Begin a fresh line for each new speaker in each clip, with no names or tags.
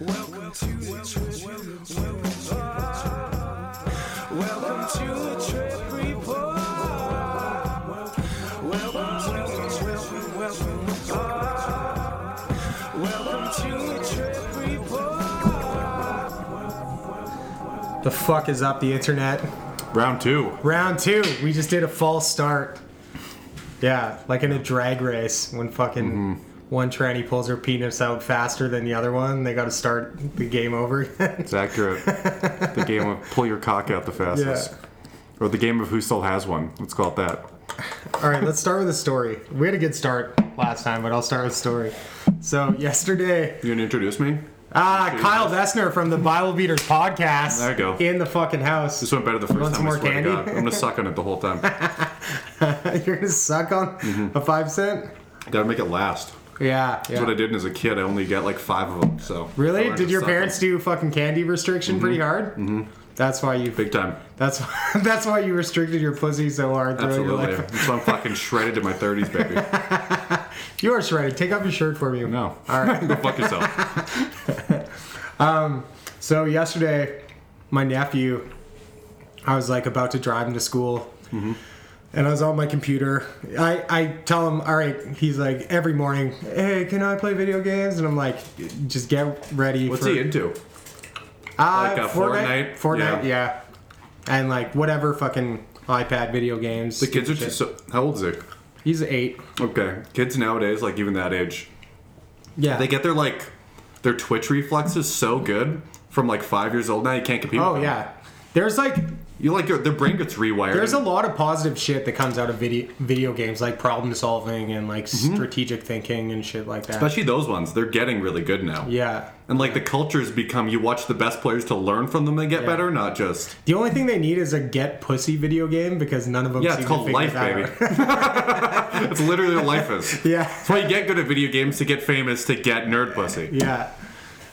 Welcome to the trip. Welcome to the trip report. Welcome, welcome, welcome, welcome. Ah. Welcome to the trip report.
The fuck is up the internet?
Round two.
Round two. We just did a false start. Yeah, like in a drag race when fucking
Mm-hmm.
one tranny pulls her penis out faster than the other one, they got to start the game over. again.
It's accurate. the game of pull your cock out the fastest. Or the game of who still has one. Let's call it that.
All right, let's start with a story. We had a good start last time, but I'll start with a story. So yesterday,
You gonna introduce me?
ah, Kyle Vesner from the Bible Beaters podcast.
There you go.
In the fucking house.
This went better the first
want
time.
some
I
more
swear
candy?
to God. I'm gonna suck on it the whole time.
You're gonna suck on a five cent.
Gotta make it last.
Yeah, yeah.
Mm-hmm. That's what I did as a kid. I only got like five of them. So I
Really?
learned
Did
to
your
suck
parents
on-
do fucking candy restriction pretty hard? Mm-hmm. That's why you.
Big time.
That's why- that's why you restricted your pussy so hard throughout your
Absolutely.
life.
That's why I'm fucking shredded in my 30s, baby.
You are shredded. Take off your shirt for me.
No.
All right.
Go fuck yourself.
So yesterday, my nephew, I was like about to drive him to school.
Mm-hmm.
And I was on my computer. I, I tell him, all right, he's like, every morning, hey, can I play video games? And I'm like, just get ready
What's
for
he into?
Uh,
Like, uh,
Fortnite,
Fortnite?
Fortnite, yeah.
Yeah.
and like whatever fucking iPad video games.
The kids are just so. How old is he?
He's eight.
Okay. Kids nowadays, like even that age,
Yeah,
they get their like their twitch reflexes so good from like five years old now you can't compete
Oh
with them.
yeah, there's like
you like your, their brain gets rewired
there's a lot of positive shit that comes out of video video games, like problem solving and like
Mm-hmm.
strategic thinking and shit like that.
especially those ones they're getting really good now
yeah.
and like the cultures become you watch the best players to learn from them and get
Yeah.
better not just
The only thing they need is a get pussy video game because none of them.
yeah
seem to
it's called
figure
life
that
baby
out.
it's literally what life is
yeah.
that's why you get good at video games to get famous to get nerd pussy
yeah.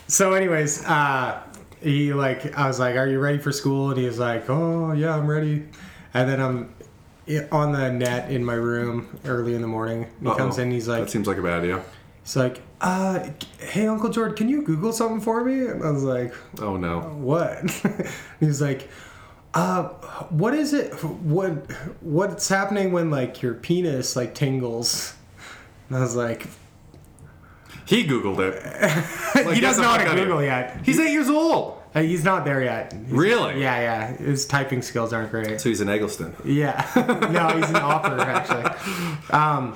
So, anyways, uh, he like I was like, "Are you ready for school?" And he was like, "Oh yeah, I'm ready." And then I'm i- on the net in my room early in the morning. And he
Uh-oh.
comes in, he's like,
that seems like a bad idea
he's like, uh, "Hey, Uncle George, can you Google something for me?" And I was like,
oh no
"What?" And he was like. Uh, what is it? What what's happening when like your penis like tingles? And I was like,
he googled it
he
get
doesn't
the
know how
fuck
to
outta
Google
here.
yet.
he's eight years old
Uh, He's not there yet. He's-
Really?
Yeah, yeah. His typing skills aren't great.
so he's an eggleston
Yeah. no, he's an offer actually. Um,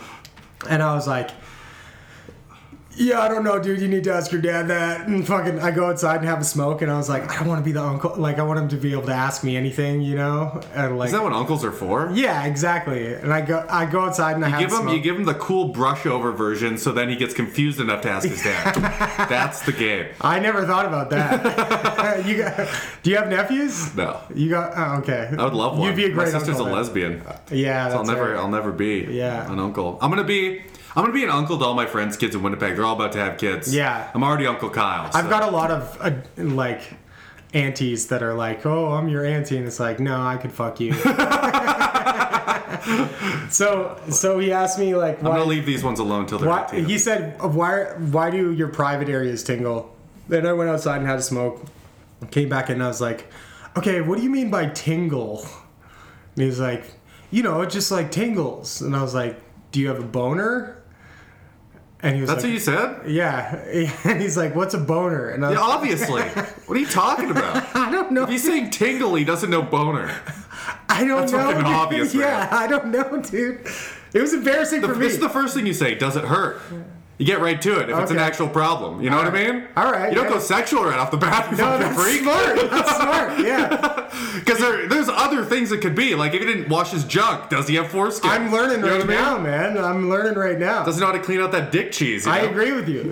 and I was like, yeah, I don't know, dude. You need to ask your dad that. And fucking, I go outside and have a smoke, and I was like, I don't want to be the uncle. Like, I want him to be able to ask me anything, you know? And like,
is that what uncles are for
yeah, exactly. And I go, I go outside and I have
Give
a
him,
smoke.
you give him the cool brush over version, so then he gets confused enough to ask his dad. That's the game.
I never thought about that. you got, do you have nephews?
No,
You got oh, okay.
I would love one.
You'd be a great
My sister's
uncle
a
then.
lesbian.
Yeah,
I'll
that's
never,
right.
I'll never be
Yeah.
an uncle. I'm gonna be, I'm gonna be an uncle to all my friends' kids in Winnipeg. They're all about to have kids.
Yeah.
I'm already Uncle Kyle.
I've got a lot of uh, like aunties that are like, "Oh, I'm your auntie," and it's like, "No, I could fuck you." so, so he asked me like,
I'm
"Why?"
gonna leave these ones alone till they're.
why
18.
he said, "Why? Why do your private areas tingle?" Then I went outside and had a smoke. Came back in and I was like, "Okay, what do you mean by tingle?" And he was like, "You know, it just like tingles." And I was like, "Do you have a boner?" And he was
That's
like,
what you said.
Yeah. And he's like, what's a boner? And I was
Yeah, obviously. what are you talking about?
I don't know.
If he's saying tingle, he doesn't know boner.
I don't
That's
know.
fucking
dude.
obvious, man.
yeah, I don't know, dude. It was embarrassing for me.
This is the first thing you say. Does it hurt? You get right to it if it's an
Okay.
actual problem. You know what I mean?
All right,
You don't
yeah.
go sexual right off the bat. You
no,
fucking
that's
freak.
smart. That's smart. Yeah.
Because there, there's other things it could be. Like if he didn't wash his junk, does he have foreskin?
I'm learning
You know
right
what I mean?
now, man. I'm learning right now.
Doesn't know how to clean out that dick cheese. you
I
know?
agree with you.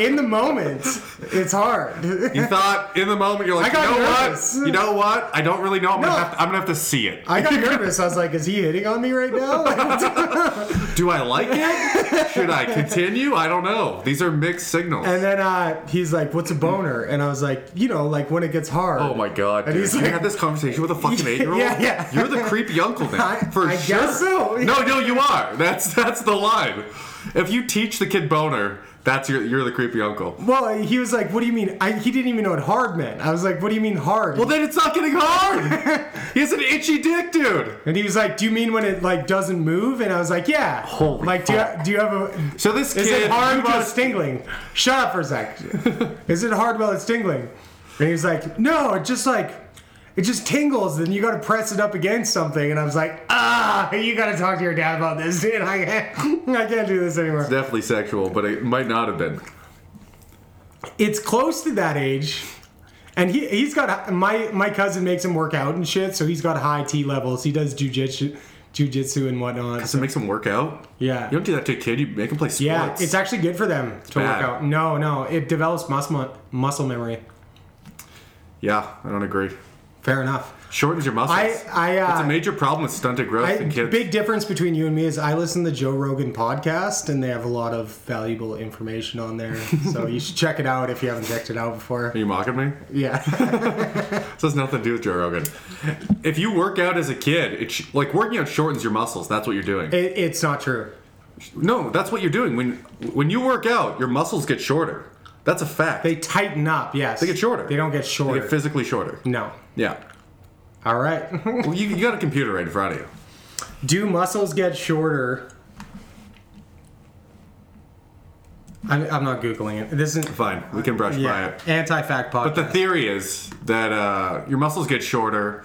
In the moment, it's hard.
You thought in the moment you're like,
I got
you know
nervous."
what? You know what? I don't really know. I'm
No.
gonna have to, I'm gonna have to see it.
I got nervous. I was like, is he hitting on me right now?
Do I like it? Should I continue? I don't know. These are mixed signals.
and then uh, he's like, what's a boner? And I was like, you know, like when it gets hard.
Oh my god!
And
dude.
he's
you
like-
had this conversation with a fucking
Yeah,
eight year old.
yeah.
You're the creepy uncle now,
I-
for
I
sure.
guess so.
No, no, you are. That's that's the line. If you teach the kid boner, That's your you're the creepy uncle.
Well, he was like, "What do you mean?" I, he didn't even know what hard meant. I was like, "What do you mean hard?"
Well, then it's not getting hard. he has an itchy dick, dude.
and he was like, "Do you mean when it like doesn't move?" And I was like, "Yeah."
Holy
like,
fuck.
do you, do you have a?
So this
Is
kid
it hard
you
while it's
just-
tingling? Shut up for a sec. is it hard while it's tingling? And he was like, no, it just like, it just tingles. Then you got to press it up against something. And I was like, ah, you got to talk to your dad about this, dude. I can't, I can't do this anymore.
definitely sexual, but it might not have been.
It's close to that age. And he, he's got, my, my cousin makes him work out and shit. So he's got high T levels. He does jujitsu, jujitsu and whatnot.
So it makes him work out.
Yeah.
You don't do that to a kid. You make him play sports.
Yeah, it's actually good for them to
bad.
work out. No, no, it develops muscle muscle memory.
yeah. I don't agree.
Fair enough.
Shortens your muscles.
I, I, uh,
it's a major problem with stunted growth
I-
in kids.
big difference between you and me is I listen to Joe Rogan podcast and they have a lot of valuable information on there. so you should check it out if you haven't checked it out before.
Are you mocking me?
Yeah.
This has nothing to do with Joe Rogan. If you work out as a kid, it sh- like working out shortens your muscles. That's what you're doing.
It, it's not true.
no, that's what you're doing. When when you work out, your muscles get shorter. That's a fact.
They tighten up, yes. They
get shorter.
They don't get shorter.
They get physically shorter.
no.
Yeah.
All right.
Well, you, you got a computer right in front of you.
Do muscles get shorter? I'm, I'm not Googling it. This isn't.
Fine, we can brush by
Yeah.
it.
Anti fact podcast.
But the theory is that uh, your muscles get shorter,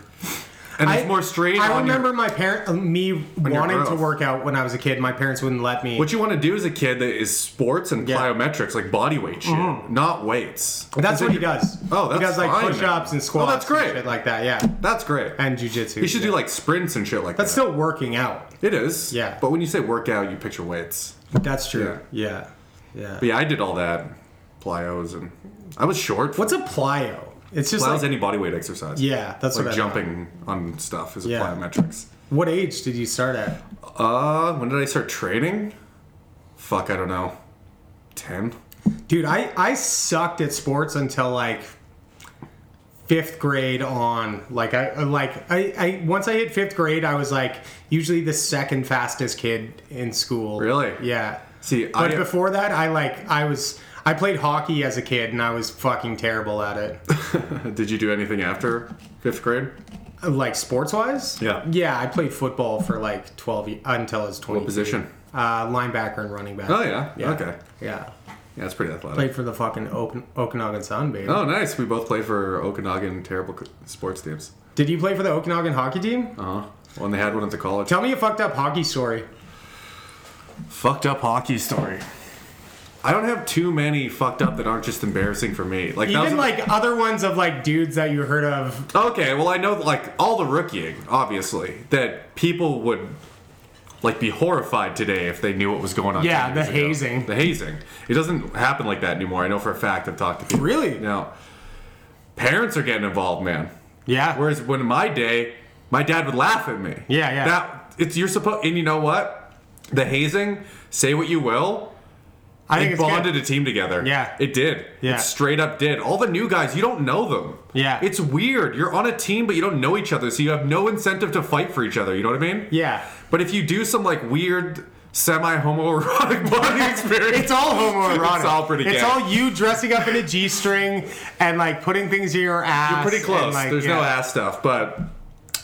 and there's more strain.
I
on
remember
Your,
my parent, uh, me
your
wanting to
growth.
work out when I was a kid. My parents wouldn't let me.
what you want to do as a kid that is sports and
Yeah. Mm-hmm.
plyometrics, like body weight shit, not weights.
that's
Then
what he
you-
does.
Oh, that's
he does like
fine,
push-ups
man.
and squats.
Oh, that's
and
great.
shit like that. Yeah,
That's great.
and jujitsu.
you should
yeah.
do like sprints and shit like
that's
that.
still working out.
It is.
Yeah.
But when you say workout, you picture weights.
That's true. Yeah, yeah.
But yeah, I did all that, plyos, and I was short.
What's a plyo? It's just
plyos?
like
any body weight exercise?
yeah, that's
Like
what I
jumping on stuff is a
Yeah.
plyometrics.
thought. What age did you start at?
Uh, when did I start training? Fuck, I don't know. Ten.
Dude, I I sucked at sports until like fifth grade on. Like I uh, like I, I once I hit fifth grade, I was like usually the second fastest kid in school.
Really?
Yeah.
See,
But
I
before that, I like I was I played hockey as a kid and I was fucking terrible at it.
did you do anything after fifth grade?
Uh, like sports wise?
Yeah.
Yeah, I played football for like 12 ye- until I was 20.
What position?
Uh linebacker and running back.
Oh yeah.
Yeah.
Okay.
Yeah.
Yeah, that's pretty athletic.
Played for the fucking Open, Okanagan Sun, baby.
Oh, nice. We both play for Okanagan terrible c- sports teams.
Did you play for the Okanagan hockey team?
Uh huh. When they had one at the college.
Tell me a fucked up hockey story.
fucked up hockey story. I don't have too many fucked up that aren't just embarrassing for me. Like that was,
Even like other ones of like dudes that you heard of.
okay, well I know like all the rookieing, obviously, that people would like be horrified today if they knew what was going on.
Yeah,
10
the
years ago.
hazing.
The hazing. It doesn't happen like that anymore. I know for a fact. I've talked to people.
Really?
Now, parents are getting involved, man.
Yeah.
Whereas when in my day, my dad would laugh at me.
Yeah, yeah.
That it's you're supposed, and you know what? The hazing. Say what you will.
I think
It
it's good.
bonded a team together.
Yeah.
It did.
Yeah.
It straight up did. All the new guys, you don't know them.
Yeah.
It's weird. You're on a team, but you don't know each other, so you have no incentive to fight for each other. You know what I mean?
Yeah.
But if you do some like weird semi homoerotic bonding experience,
It's all homoerotic.
It's all pretty
It's
gay.
all you dressing up in a G string and like putting things in your ass.
You're pretty
and,
close.
like,
There's no
yeah.
ass stuff, but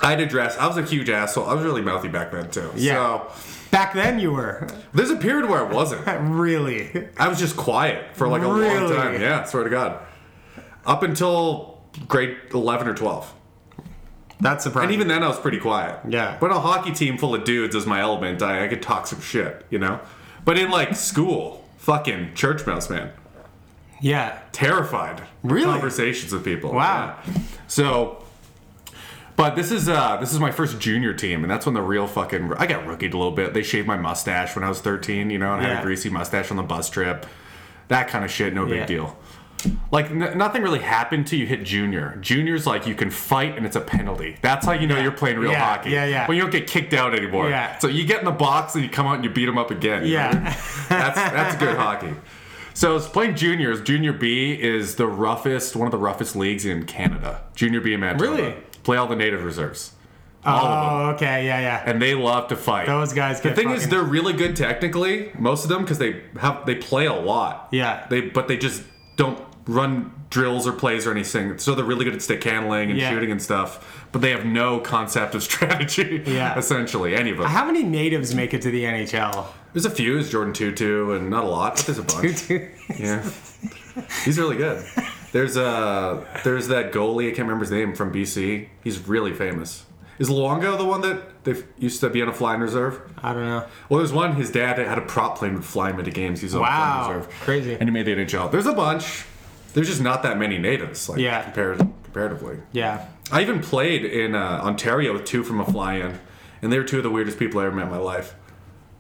I had a dress. I was a huge asshole. I was really mouthy back then too.
Yeah.
So
Back then you were.
there's a period where I wasn't.
Really?
I was just quiet for like a long
Really?
time. Yeah, swear to God. Up until grade 11 or 12.
That's surprising.
And even then, I was pretty quiet.
Yeah.
But a hockey team full of dudes is my element. I, I could talk some shit, you know? But in like school, fucking church mouse, man.
Yeah.
Terrified.
Really?
Conversations with people.
Wow.
Yeah. So. But this is uh this is my first junior team, and that's when the real fucking I got rookied a little bit. They shaved my mustache when I was thirteen, you know, and I had
Yeah.
a greasy mustache on the bus trip. That kind of shit, no
Yeah.
big deal. Like n- nothing really happened till you hit junior. Junior's like you can fight and it's a penalty. That's how you know you're playing real
Yeah,
hockey.
yeah, yeah.
When you don't get kicked out anymore.
Yeah.
So you get in the box and you come out and you beat them up again. you know what I mean?
Yeah.
that's that's good hockey. So it's playing juniors. Junior B is the roughest, one of the roughest leagues in Canada. Junior B in Manitoba.
Really?
Play all the native reserves. All of them.
oh, okay, yeah, yeah.
and they love to fight.
Those guys
The
get
thing is,
fucking-
they're really good technically. Most of them because they have they play a lot.
Yeah.
They but they just don't run drills or plays or anything. So they're really good at stick handling and
Yeah.
shooting and stuff. But they have no concept of strategy.
Yeah.
Essentially, any of them.
How many natives make it to the NHL?
there's a few. There's Jordan Tutu and not a lot, but there's a bunch. yeah. He's really good. There's uh there's that goalie I can't remember his name from BC. He's really famous. Is Luongo the one that they used to be on a flying reserve?
I don't know.
Well, there's one. His dad had a prop plane would fly him into games. He's on
Wow,
the flying reserve,
crazy.
and he made the NHL. There's a bunch. There's just not that many natives, like
Yeah.
compared, comparatively.
Yeah.
I even played in uh, Ontario with two from a fly-in, and they were two of the weirdest people I ever met in my life.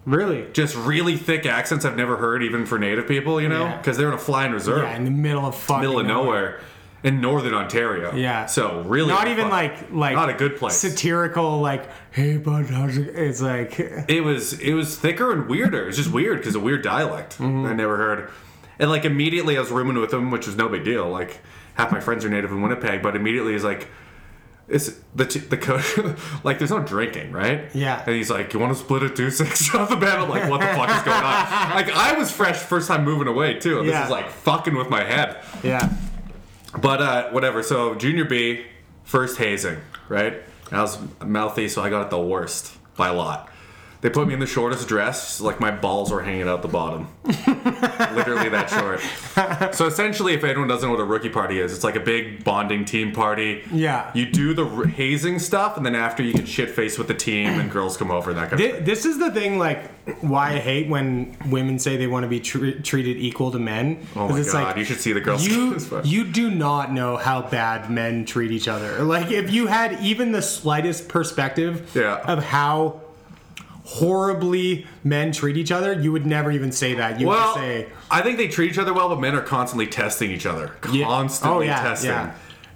Really?
Just really thick accents I've never heard, even for native people, you know,
Yeah.
because they're in a flying reserve,
Yeah, in the middle of fucking
middle of nowhere. in northern Ontario.
Yeah.
So really,
Not even
fun.
like like
Not a good place.
Satirical like hey bud, how's it? It's like
it was it was thicker and weirder. It's just weird because a weird dialect
Mm-hmm.
I never heard. And like immediately I was rooming with him, which was no big deal. Like half my friends are native in Winnipeg, but immediately he's like, "It's the t- the coach like there's no drinking, right?"
Yeah.
And he's like, "You want to split a two six off the bat?" I'm like, "What the fuck is going on?" Like I was fresh, first time moving away too. And This
Yeah.
is like fucking with my head.
yeah.
But uh, whatever. So junior B, first hazing, right? And I was mouthy, so I got it the worst by a lot. They put me in the shortest dress, like my balls were hanging out the bottom. Literally that short. So essentially, if anyone doesn't know what a rookie party is, it's like a big bonding team party.
Yeah.
You do the r- hazing stuff, and then after you get shit faced with the team, and girls come over and that kind of
Thi- This is the thing, like, why I hate when women say they want to be tre- treated equal to men.
Oh
'Cause
my
it's
god! you should see the girls.
you,
It's fun.
you do not know how bad men treat each other. Like, if you had even the slightest perspective
Yeah.
of how horribly men treat each other, you would never even say that. You would
Well,
say,
I think they treat each other well, but men are constantly testing each other.
Yeah.
Constantly
Oh, yeah,
testing.
yeah.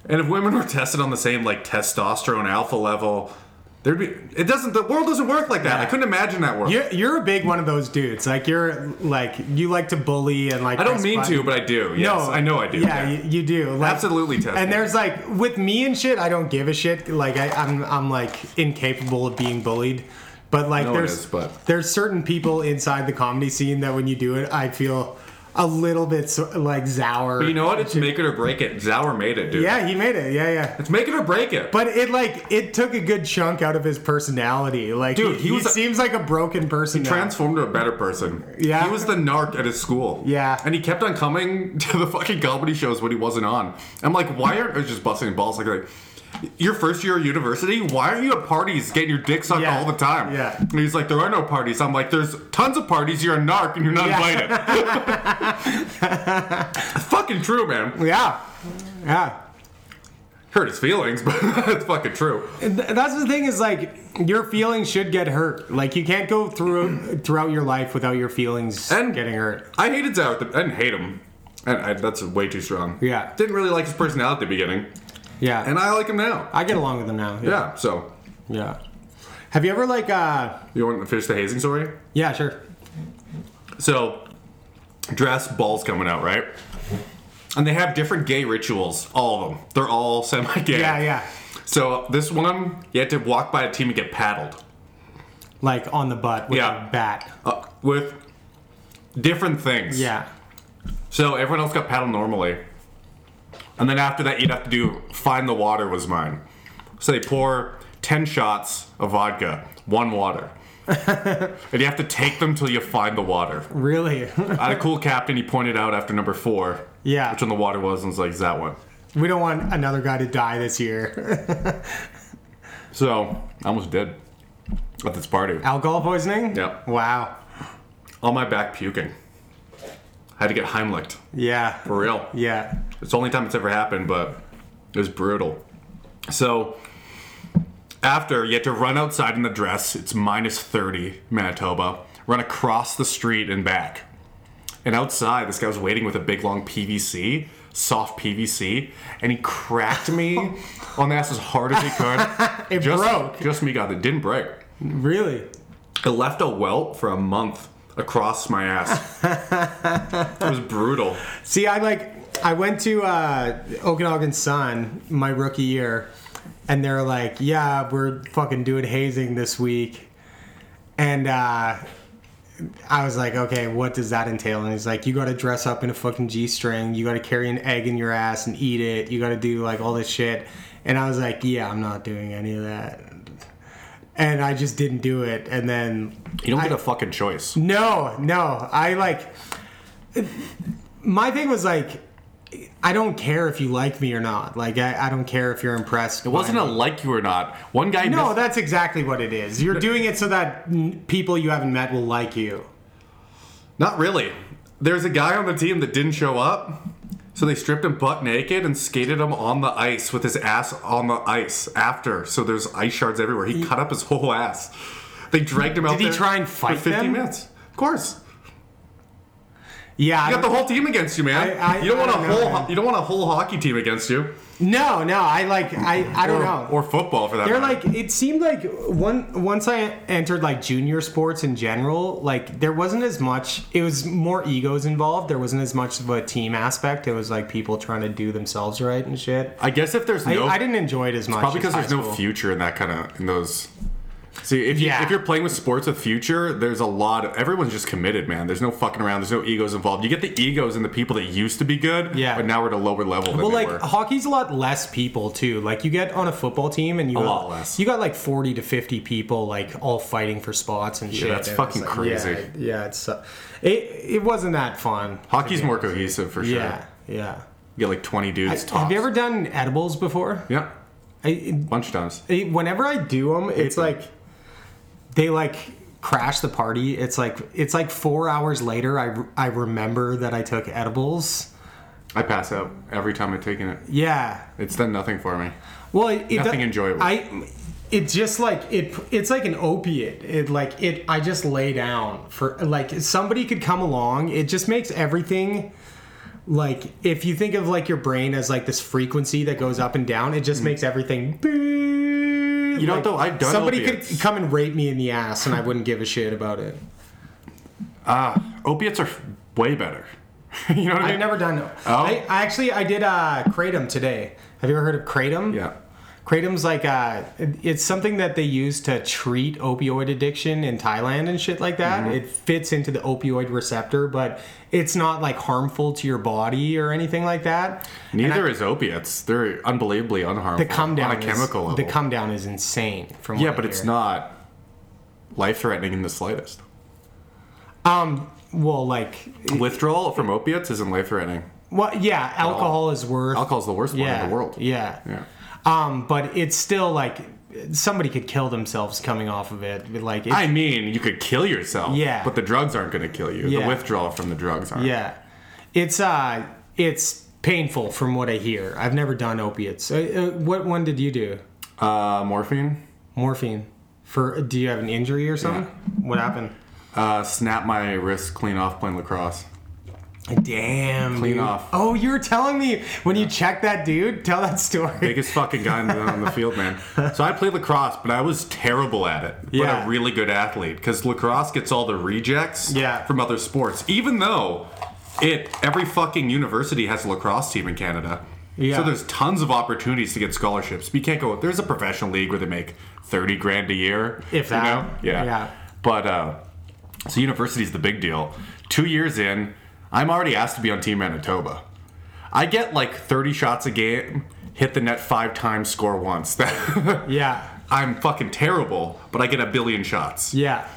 And if women were tested on the same like testosterone alpha level, there'd be it doesn't the world doesn't work like that.
Yeah.
I couldn't imagine that world.
you're, you're a big one of those dudes. Like, you're, like, you like to bully and, like,
I don't
press
mean
buttons.
to, but I do. Yes, I know I do.
Yeah, You, you do. Like,
Absolutely testing.
And there's like with me and shit, I don't give a shit. Like I, I'm, I'm like incapable of being bullied. But like
No, it
there's
is, but-
there's certain people inside the comedy scene that when you do it, I feel a little bit so, like sour.
But you know what? It's make it or break it. Zauer made it, dude.
yeah, he made it. Yeah, yeah.
It's make it or break it.
But it like it took a good chunk out of his personality. Like,
Dude,
he,
he
he
was a-
seems like a broken person. now.
transformed to a better person.
Yeah.
He was the narc at his school.
Yeah.
And he kept on coming to the fucking comedy shows when he wasn't on. I'm like, why aren't I was just busting balls like like your first year of university, why aren't you at parties getting your dick sucked
Yeah.
all the time?
Yeah.
And he's like, there are no parties. I'm like, there's tons of parties. You're a narc and you're not
Yeah.
invited. fucking true, man.
yeah, yeah.
Hurt his feelings, but it's fucking true.
Th- that's the thing is like your feelings should get hurt. Like you can't go through throughout your life without your feelings
And-
getting hurt.
I hated Zauer. at the- I didn't hate him. And I, that's way too strong.
Yeah.
Didn't really like his personality at the beginning.
Yeah,
And I like him now.
I get along with them now.
Yeah, so
yeah. Have you ever like uh?
you want to finish the hazing story?
Yeah, sure.
So, dress, balls coming out, right? And they have different gay rituals, all of them. They're all semi gay.
Yeah, yeah.
So, this one, you had to walk by a team and get paddled
Like on the butt with
Yeah.
a bat.
uh, with different things.
Yeah.
So, everyone else got paddled normally. And then after that, you'd have to do find the water was mine. So, they pour 10 shots of vodka, one water. and you have to take them till you find the water.
Really?
I had a cool captain. He pointed out after number four.
Yeah.
Which one the water was, and was like, "Is that one?"
we don't want another guy to die this year.
So I almost did at this party.
Alcohol poisoning?
Yeah.
Wow.
On my back, puking. I had to get Heimlicked
Yeah.
for real.
Yeah.
It's the only time it's ever happened, but it was brutal. So after you had to run outside in the dress. It's minus thirty, Manitoba. Run across the street and back. And outside, this guy was waiting with a big long PVC, soft PVC, and he cracked me on the ass as hard as he could.
It
just,
broke.
Just me got it. Didn't break.
Really?
It left a welt for a month across my ass. it was brutal.
See, I like I went to uh, Okanagan Sun my rookie year, and they're like, "Yeah, we're fucking doing hazing this week," and uh, I was like, "Okay, what does that entail?" And he's like, "You got to dress up in a fucking g-string. You got to carry an egg in your ass and eat it. You got to do like all this shit." And I was like, "Yeah, I'm not doing any of that." And I just didn't do it. And then
You don't get a fucking choice.
no, no. I like. My thing was like, I don't care if you like me or not. Like, I, I don't care if you're impressed. It
Wasn't it like you or not? One guy
No,
missed-
that's exactly what it is. You're doing it so that n- people you haven't met will like you.
Not really. There's a guy on the team that didn't show up, so they stripped him butt naked and skated him on the ice with his ass on the ice after. So there's ice shards everywhere. He cut up his whole ass. They dragged him out
Did he
there
try and fight
for 50
them?
minutes. Of course.
Yeah. I
You got the
don't-
whole team against you, man.
I- I-
you don't
I
want a
don't know,
whole
man.
ho- you don't want a whole hockey team against you.
no, no. I like. I. I don't
or,
know.
Or football for that
They're
matter.
like it seemed like one once I entered like junior sports in general, like there wasn't as much. It was more egos involved. There wasn't as much of a team aspect. It was like people trying to do themselves right and shit.
I guess if there's
I,
no
I didn't enjoy it as much.
Probably
as
because
high
there's no
school.
future in that kind of in those. See, if you
Yeah.
if you're playing with sports with future, there's a lot. Of, everyone's just committed, man. There's no fucking around. There's no egos involved. You get the egos and the people that used to be good,
Yeah.
but now we're at a lower level. Than
Well,
they
like oh,
were.
hockey's a lot less people too. Like you get on a football team and you a
lot less.
You got like forty to fifty people like all fighting for spots and shit.
that's
and
fucking
it's like,
crazy.
Yeah, yeah it's uh, it. It wasn't that fun.
hockey's more cohesive for sure.
Yeah, yeah.
You get like 20 dudes tops.
Have you ever done edibles before?
Yeah,
I,
bunch of times.
it- whenever I do them, it's like they like crash the party. It's like it's like four hours later. I I remember that I took edibles.
I pass out every time I've taken it.
Yeah.
It's done nothing for me.
Well, it, it
Nothing
do-
enjoyable.
I. It just like it. It's like an opiate. It like it. I just lay down for like somebody could come along. It just makes everything. Like if you think of like your brain as like this frequency that goes up and down, it just makes everything. You
Mm-hmm. know what, though? I've done
Somebody could
opiates.
come and rape me in the ass, and I wouldn't give a shit about it.
Opiates are way better. you know what I mean?
I've never done. I,
Oh.
I actually I did uh kratom today. Have you ever heard of kratom?
Yeah.
Kratom's like uh, it- it's something that they use to treat opioid addiction in Thailand and shit like
Mm-hmm.
that. It fits into the opioid receptor, but it's not like harmful to your body or anything like that.
Neither is opiates. They're unbelievably unharmful.
The come down
on a chemical
is,
level.
The come down is insane. From
Yeah,
what I
but it's
hear.
not life threatening in the slightest.
Well, like,
Withdrawal from opiates isn't life threatening.
well, yeah, alcohol is worth.
Alcohol's the worst
yeah,
one in the world.
Yeah.
Yeah.
Um, but it's still like somebody could kill themselves coming off of it. Like, it's,
I mean, you could kill yourself.
Yeah.
But the drugs aren't going to kill you.
Yeah.
The withdrawal from the drugs aren't.
Yeah, it's uh, it's painful from what I hear. I've never done opiates. Uh, uh, what one did you do?
Uh, morphine.
Morphine. For do you have an injury or something? What happened?
Uh, snap my wrist clean off playing lacrosse.
Damn.
Clean
dude.
off.
Oh, you were telling me when you checked that dude. Tell that story.
Biggest fucking guy on the- on the field, man. So I played lacrosse, but I was terrible at it.
Yeah.
But a really good athlete because lacrosse gets all the rejects
Yeah.
from other sports, even though it every fucking university has a lacrosse team in Canada.
Yeah.
So there's tons of opportunities to get scholarships. But you can't go. There's a professional league where they make thirty grand a year,
If that.
You know? Yeah.
Yeah.
But uh, so university's the big deal. Two years in, I'm already asked to be on Team Manitoba. I get like 30 shots a game, hit the net five times, score once.
Yeah.
I'm fucking terrible, but I get a billion shots.
Yeah.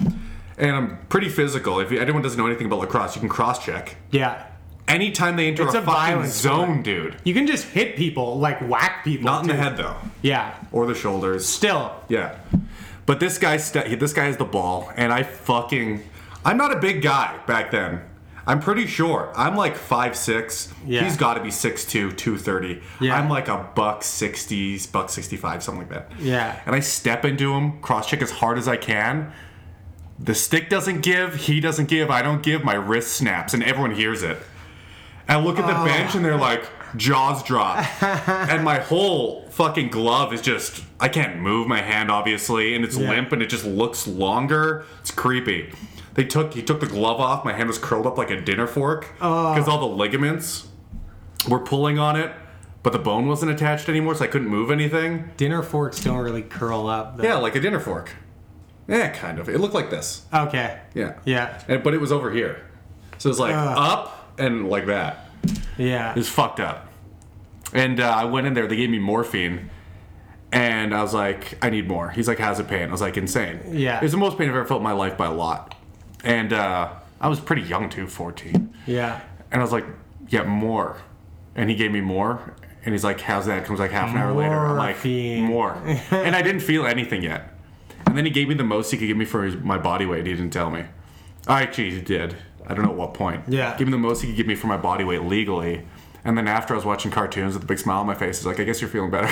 And I'm pretty physical. If anyone doesn't know anything about lacrosse, you can cross check.
Yeah.
Anytime they enter
It's
a,
a
fucking
violent
zone, dude.
You can just hit people, like whack people.
Not in the
too.
head though,
Yeah.
or the shoulders.
Still.
Yeah. But this guy, st- this guy has the ball, and I fucking, I'm not a big guy back then. I'm pretty sure. I'm like five six.
Yeah.
He's got to be 6'2", 230.
Yeah.
I'm like a buck sixty, buck sixty five, something like that.
Yeah.
And I step into him, cross check as hard as I can. The stick doesn't give. He doesn't give. I don't give. My wrist snaps, and everyone hears it. And I look at the bench, and they're like jaws drop, and my whole fucking glove is just I can't move my hand obviously, and it's
Yeah.
limp, and it just looks longer. It's creepy. They took he took the glove off. My hand was curled up like a dinner fork because all the ligaments were pulling on it. But but the bone wasn't attached anymore, so I couldn't move anything.
Dinner forks don't really curl up.
Yeah, like a dinner fork. Yeah, kind of. It looked like this.
Yeah. Okay.
Yeah.
Yeah.
And, but it was over here. So it was like
Ugh.
up and like that.
Yeah.
It was fucked up. And uh, I went in there. They gave me morphine, and I was like, "I need more." He's like, "How's it pain?" I was like, "Insane."
Yeah.
It was the most pain I've ever felt in my life by a lot. And uh, I was pretty young too, fourteen.
Yeah.
And I was like, "Yeah, more." And he gave me more. And he's like, "How's that?" Comes like half an hour later. I'm like,
Morphine.
"More." and I didn't feel anything yet. And then he gave me the most he could give me for his, my body weight. He didn't tell me. Actually, he did. I don't know at what point.
Yeah.
Give me the most he could give me for my body weight legally. And then after I was watching cartoons with a big smile on my face, he's like, "I guess you're feeling better."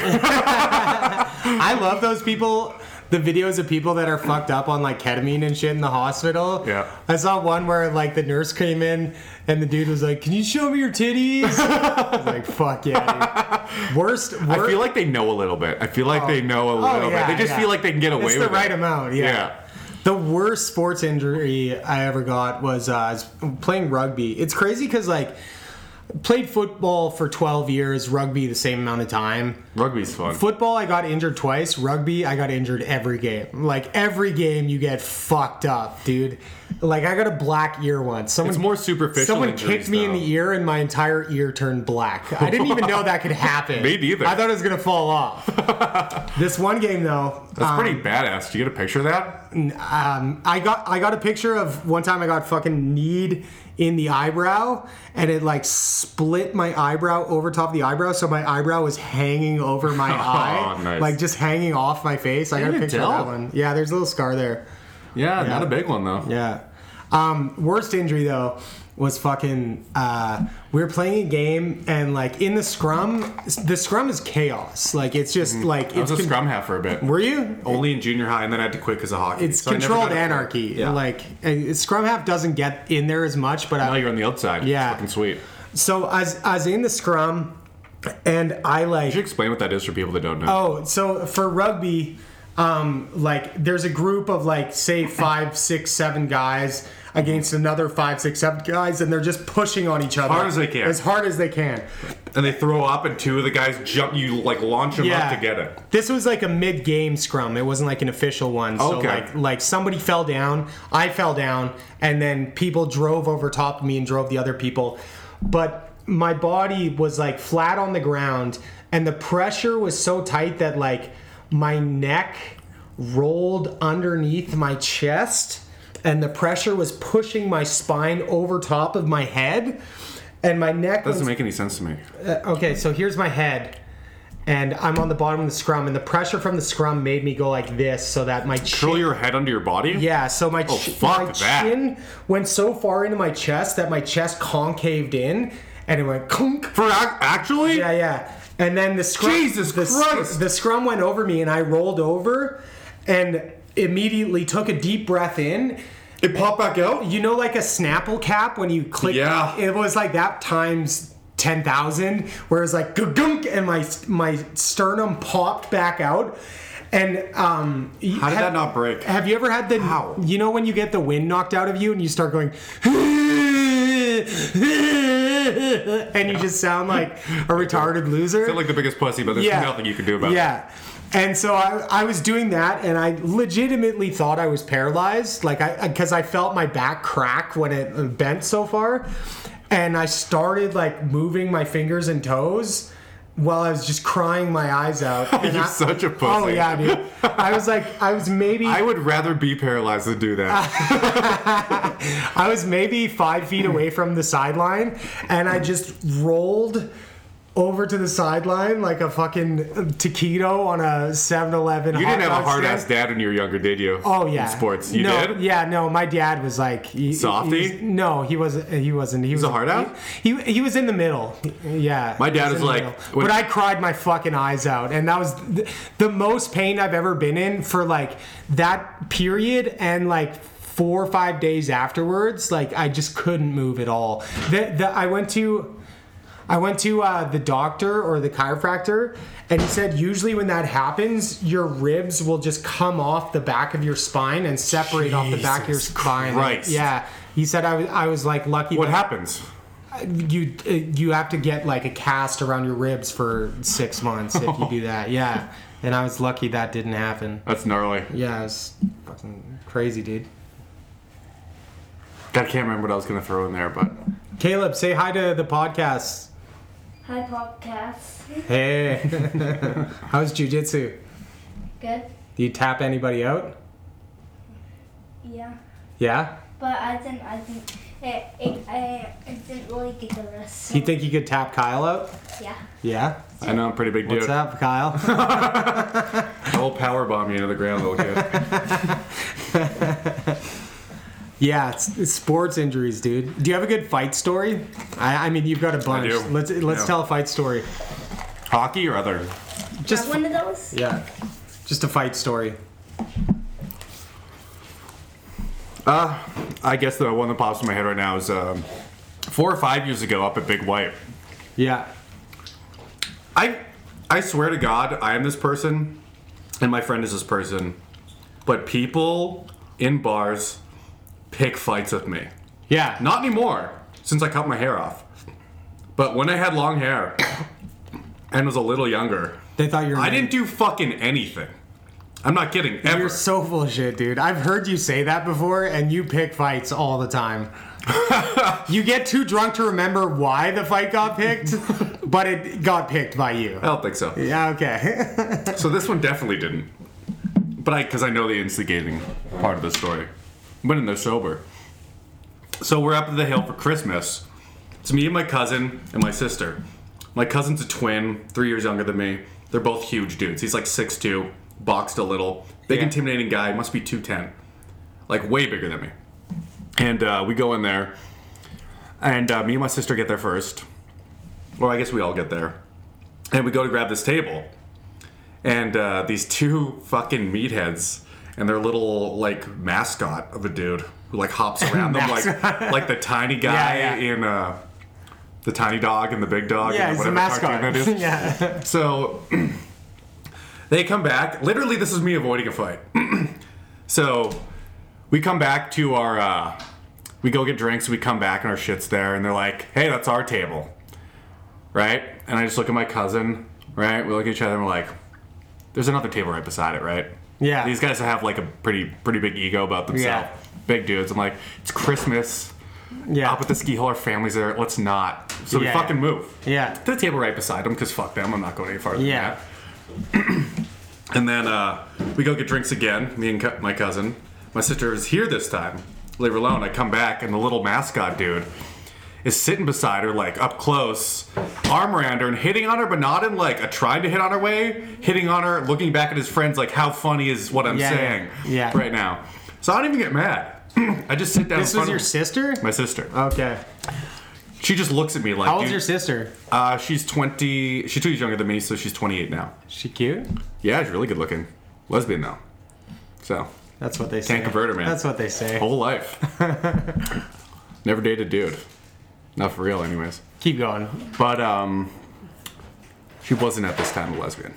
I love those people. The videos of people that are fucked up on like ketamine and shit in the hospital.
Yeah.
I saw one where like the nurse came in and the dude was like, "Can you show me your titties?" I was like, "Fuck yeah." Dude. Worst. Worst.
I feel like they know a little bit. I feel like they know a
Oh,
little
yeah,
bit. They just
yeah.
feel like they can get away
it's
with
the right
it.
amount. Yeah.
Yeah.
The worst sports injury I ever got was uh, I was playing rugby. It's crazy because like played football for 12 years, rugby the same amount of time.
Rugby's fun.
Football, I got injured twice. Rugby, I got injured every game. Like every game, you get fucked up, dude. Like I got a black ear once. Someone
it's more superficial.
someone
injuries,
kicked me in
though.
the ear, and my entire ear turned black. I didn't even know that could happen.
Me neither.
I thought it was gonna fall off. this one game though,
That's pretty badass. Do you get a picture of that?
um, I got I got a picture of one time I got fucking kneed in the eyebrow and it like split my eyebrow over top of the eyebrow so my eyebrow was hanging over my eye
nice.
like just hanging off my face I got a
can
picture of
tell.
that one yeah there's a little scar there
Yeah, not a big one though.
yeah. Um, worst injury though was fucking. Uh, we were playing a game and like in the scrum, the scrum is chaos. Like it's just like
Mm. I
it's
was a
con-
scrum half for a bit.
Were you?
Only in junior high, and then I had to quit because of hockey.
It's
So I never
controlled
got to-
anarchy.
Yeah.
Like uh, scrum half doesn't get in there as much, but
now
I,
you're on the outside.
Yeah.
It's fucking sweet.
so I was, I was in the scrum, and I like
Could you explain what that is for people that don't know?
Oh, so for rugby, um, like there's a group of like say five, six, seven guys against another five, six, seven guys, and they're just pushing on each other
Hard as they can.
as hard as they can.
And they throw up, and two of the guys jump. You like launch them up to get it.
This was like a mid-game scrum. It wasn't like an official one. So
Okay.
like like somebody fell down, I fell down, and then people drove over top of me and drove the other people. But my body was like flat on the ground and the pressure was so tight that like my neck rolled underneath my chest and the pressure was pushing my spine over top of my head and my neck was
Doesn't make any sense to me.
okay, so here's my head, and I'm on the bottom of the scrum, and the pressure from the scrum made me go like this, so that my chin,
Curl your head under your body.
yeah, so my, chi-
Oh, fuck
my
that.
chin went so far into my chest that my chest concaved in, and it went conk.
For ac- actually,
Yeah, yeah. And then the scrum,
Jesus
the, sc-
Christ!
the scrum went over me, and I rolled over, and immediately took a deep breath in.
it popped back out.
You know, like a Snapple cap when you click.
Yeah.
It was like that times ten thousand, where it was like gunk, and my my sternum popped back out. And um,
How did that not break?
Have you ever had the?
How?
You know when you get the wind knocked out of you and you start going, and you just sound like a retarded loser
Feel like the biggest pussy, but there's nothing you can do about it.
yeah. And so I, I was doing that, and I legitimately thought I was paralyzed, like I because I felt my back crack when it uh, bent so far, and I started like moving my fingers and toes while I was just crying my eyes out. And
You're
I-
such a pussy.
Oh yeah, dude. I was like, I was maybe
I would rather be paralyzed than do
Uh,
that.
I was maybe five feet away from the sideline, and I just rolled over to the sideline like a fucking taquito on a 7-Eleven.
you didn't have a hard ass dad when you were younger, did you?
Oh yeah,
In sports, you
no,
did.
Yeah, no, my dad was like he,
Softy?
he was- no, he wasn't. He wasn't. He was
a hard out?
He, he he was in the middle. Yeah,
My
he
dad
in
is
the
like-
but I cried my fucking eyes out, and that was the, the most pain I've ever been in for like that period and like four or five days afterwards. Like I just couldn't move at all. The, the, I went to I went to uh, the doctor or the chiropractor, and he said usually when that happens, your ribs will just come off the back of your spine and separate off the back of your
Jesus
spine.
Christ.
Yeah. He said I was, I was like lucky.
What
that-
happens?
you uh, you have to get like a cast around your ribs for six months if you do that. Yeah, and I was lucky that didn't happen.
That's gnarly.
Yeah, it was fucking crazy, dude.
I can't remember what I was gonna throw in there, but
Caleb, say hi to the podcast.
Hi, podcast.
Hey, how's jujitsu?
Good.
Do you tap anybody out?
Yeah.
Yeah.
But I didn't. I didn't. I, I, I didn't really get the rest.
Do you think you could tap Kyle out?
Yeah.
Yeah.
I know I'm a pretty big
What's
dude.
up, Kyle?
I will power bomb you into the ground, little kid.
yeah, it's, it's sports injuries, dude. Do you have a good fight story? I, I mean, you've got a bunch.
do.
Let's let's
Yeah.
tell a fight story.
Hockey or other?
Just
Have one of those?
yeah, just a fight story.
Uh, I guess the one that pops in my head right now is um, four or five years ago up at Big White.
Yeah.
I I swear to God, I am this person, and my friend is this person. But people in bars pick fights with me.
Yeah.
Not anymore, since I cut my hair off. But when I had long hair and was a little younger,
They thought you were.
I
mean.
didn't do fucking anything. I'm not kidding.
You're
Ever.
so full of shit, dude. I've heard you say that before, and you pick fights all the time. you get too drunk to remember why the fight got picked, but it got picked by you.
I don't think so.
Yeah, okay.
So this one definitely didn't. But I, because I know the instigating part of the story. But in they're sober. So we're up at the hill for Christmas. It's me and my cousin and my sister. My cousin's a twin, three years younger than me. They're both huge dudes. He's like 6'2, boxed a little, big,
Yeah.
intimidating guy, must be 210. Like way bigger than me. And uh, we go in there, and uh, me and my sister get there first. Well, I guess we all get there. And we go to grab this table and uh, these two fucking meatheads and their little like mascot of a dude who like hops around them like
Mascot.
like the tiny guy
Yeah, yeah.
in uh, the tiny dog and the big dog.
yeah,
and
he's a
whatever cartoon
mascot.
that is.
yeah.
So they come back. Literally, this is me avoiding a fight. so we come back to our. Uh, we go get drinks. We come back and our shit's there, and they're like, "Hey, that's our table." Right? And I just look at my cousin. Right? We look at each other and we're like, "There's another table right beside it, right?"
Yeah.
These guys have like a pretty pretty big ego about themselves.
Yeah.
Big dudes. I'm like, "It's Christmas.
Yeah.
Up at the ski hill. Our families there. Let's not." So
Yeah.
we fucking move
yeah.
to the table right beside them because fuck them. I'm not going any farther.
Yeah.
Than that. and then uh, we go get drinks again. Me and cu- my cousin. My sister is here this time. Leave her alone. I come back and the little mascot dude is sitting beside her, like up close, arm around her and hitting on her, but not in like a trying to hit on her way. Hitting on her, looking back at his friends, like how funny is what I'm
Yeah, yeah.
saying
Yeah.
right now. So I don't even get mad. I just sit down.
This
in
was
front
your
of
sister?
my sister.
Okay.
She just looks at me like.
How old's
"Dude,
your sister?
uh, she's 20. She's two years younger than me, so she's 28 now.
She cute?
Yeah, she's really good looking. Lesbian though. So,
That's what they say.
Can't convert her, man.
That's what they say.
whole life. Never dated a dude. Not for real, anyways.
Keep going.
But, um, she wasn't at this time a lesbian.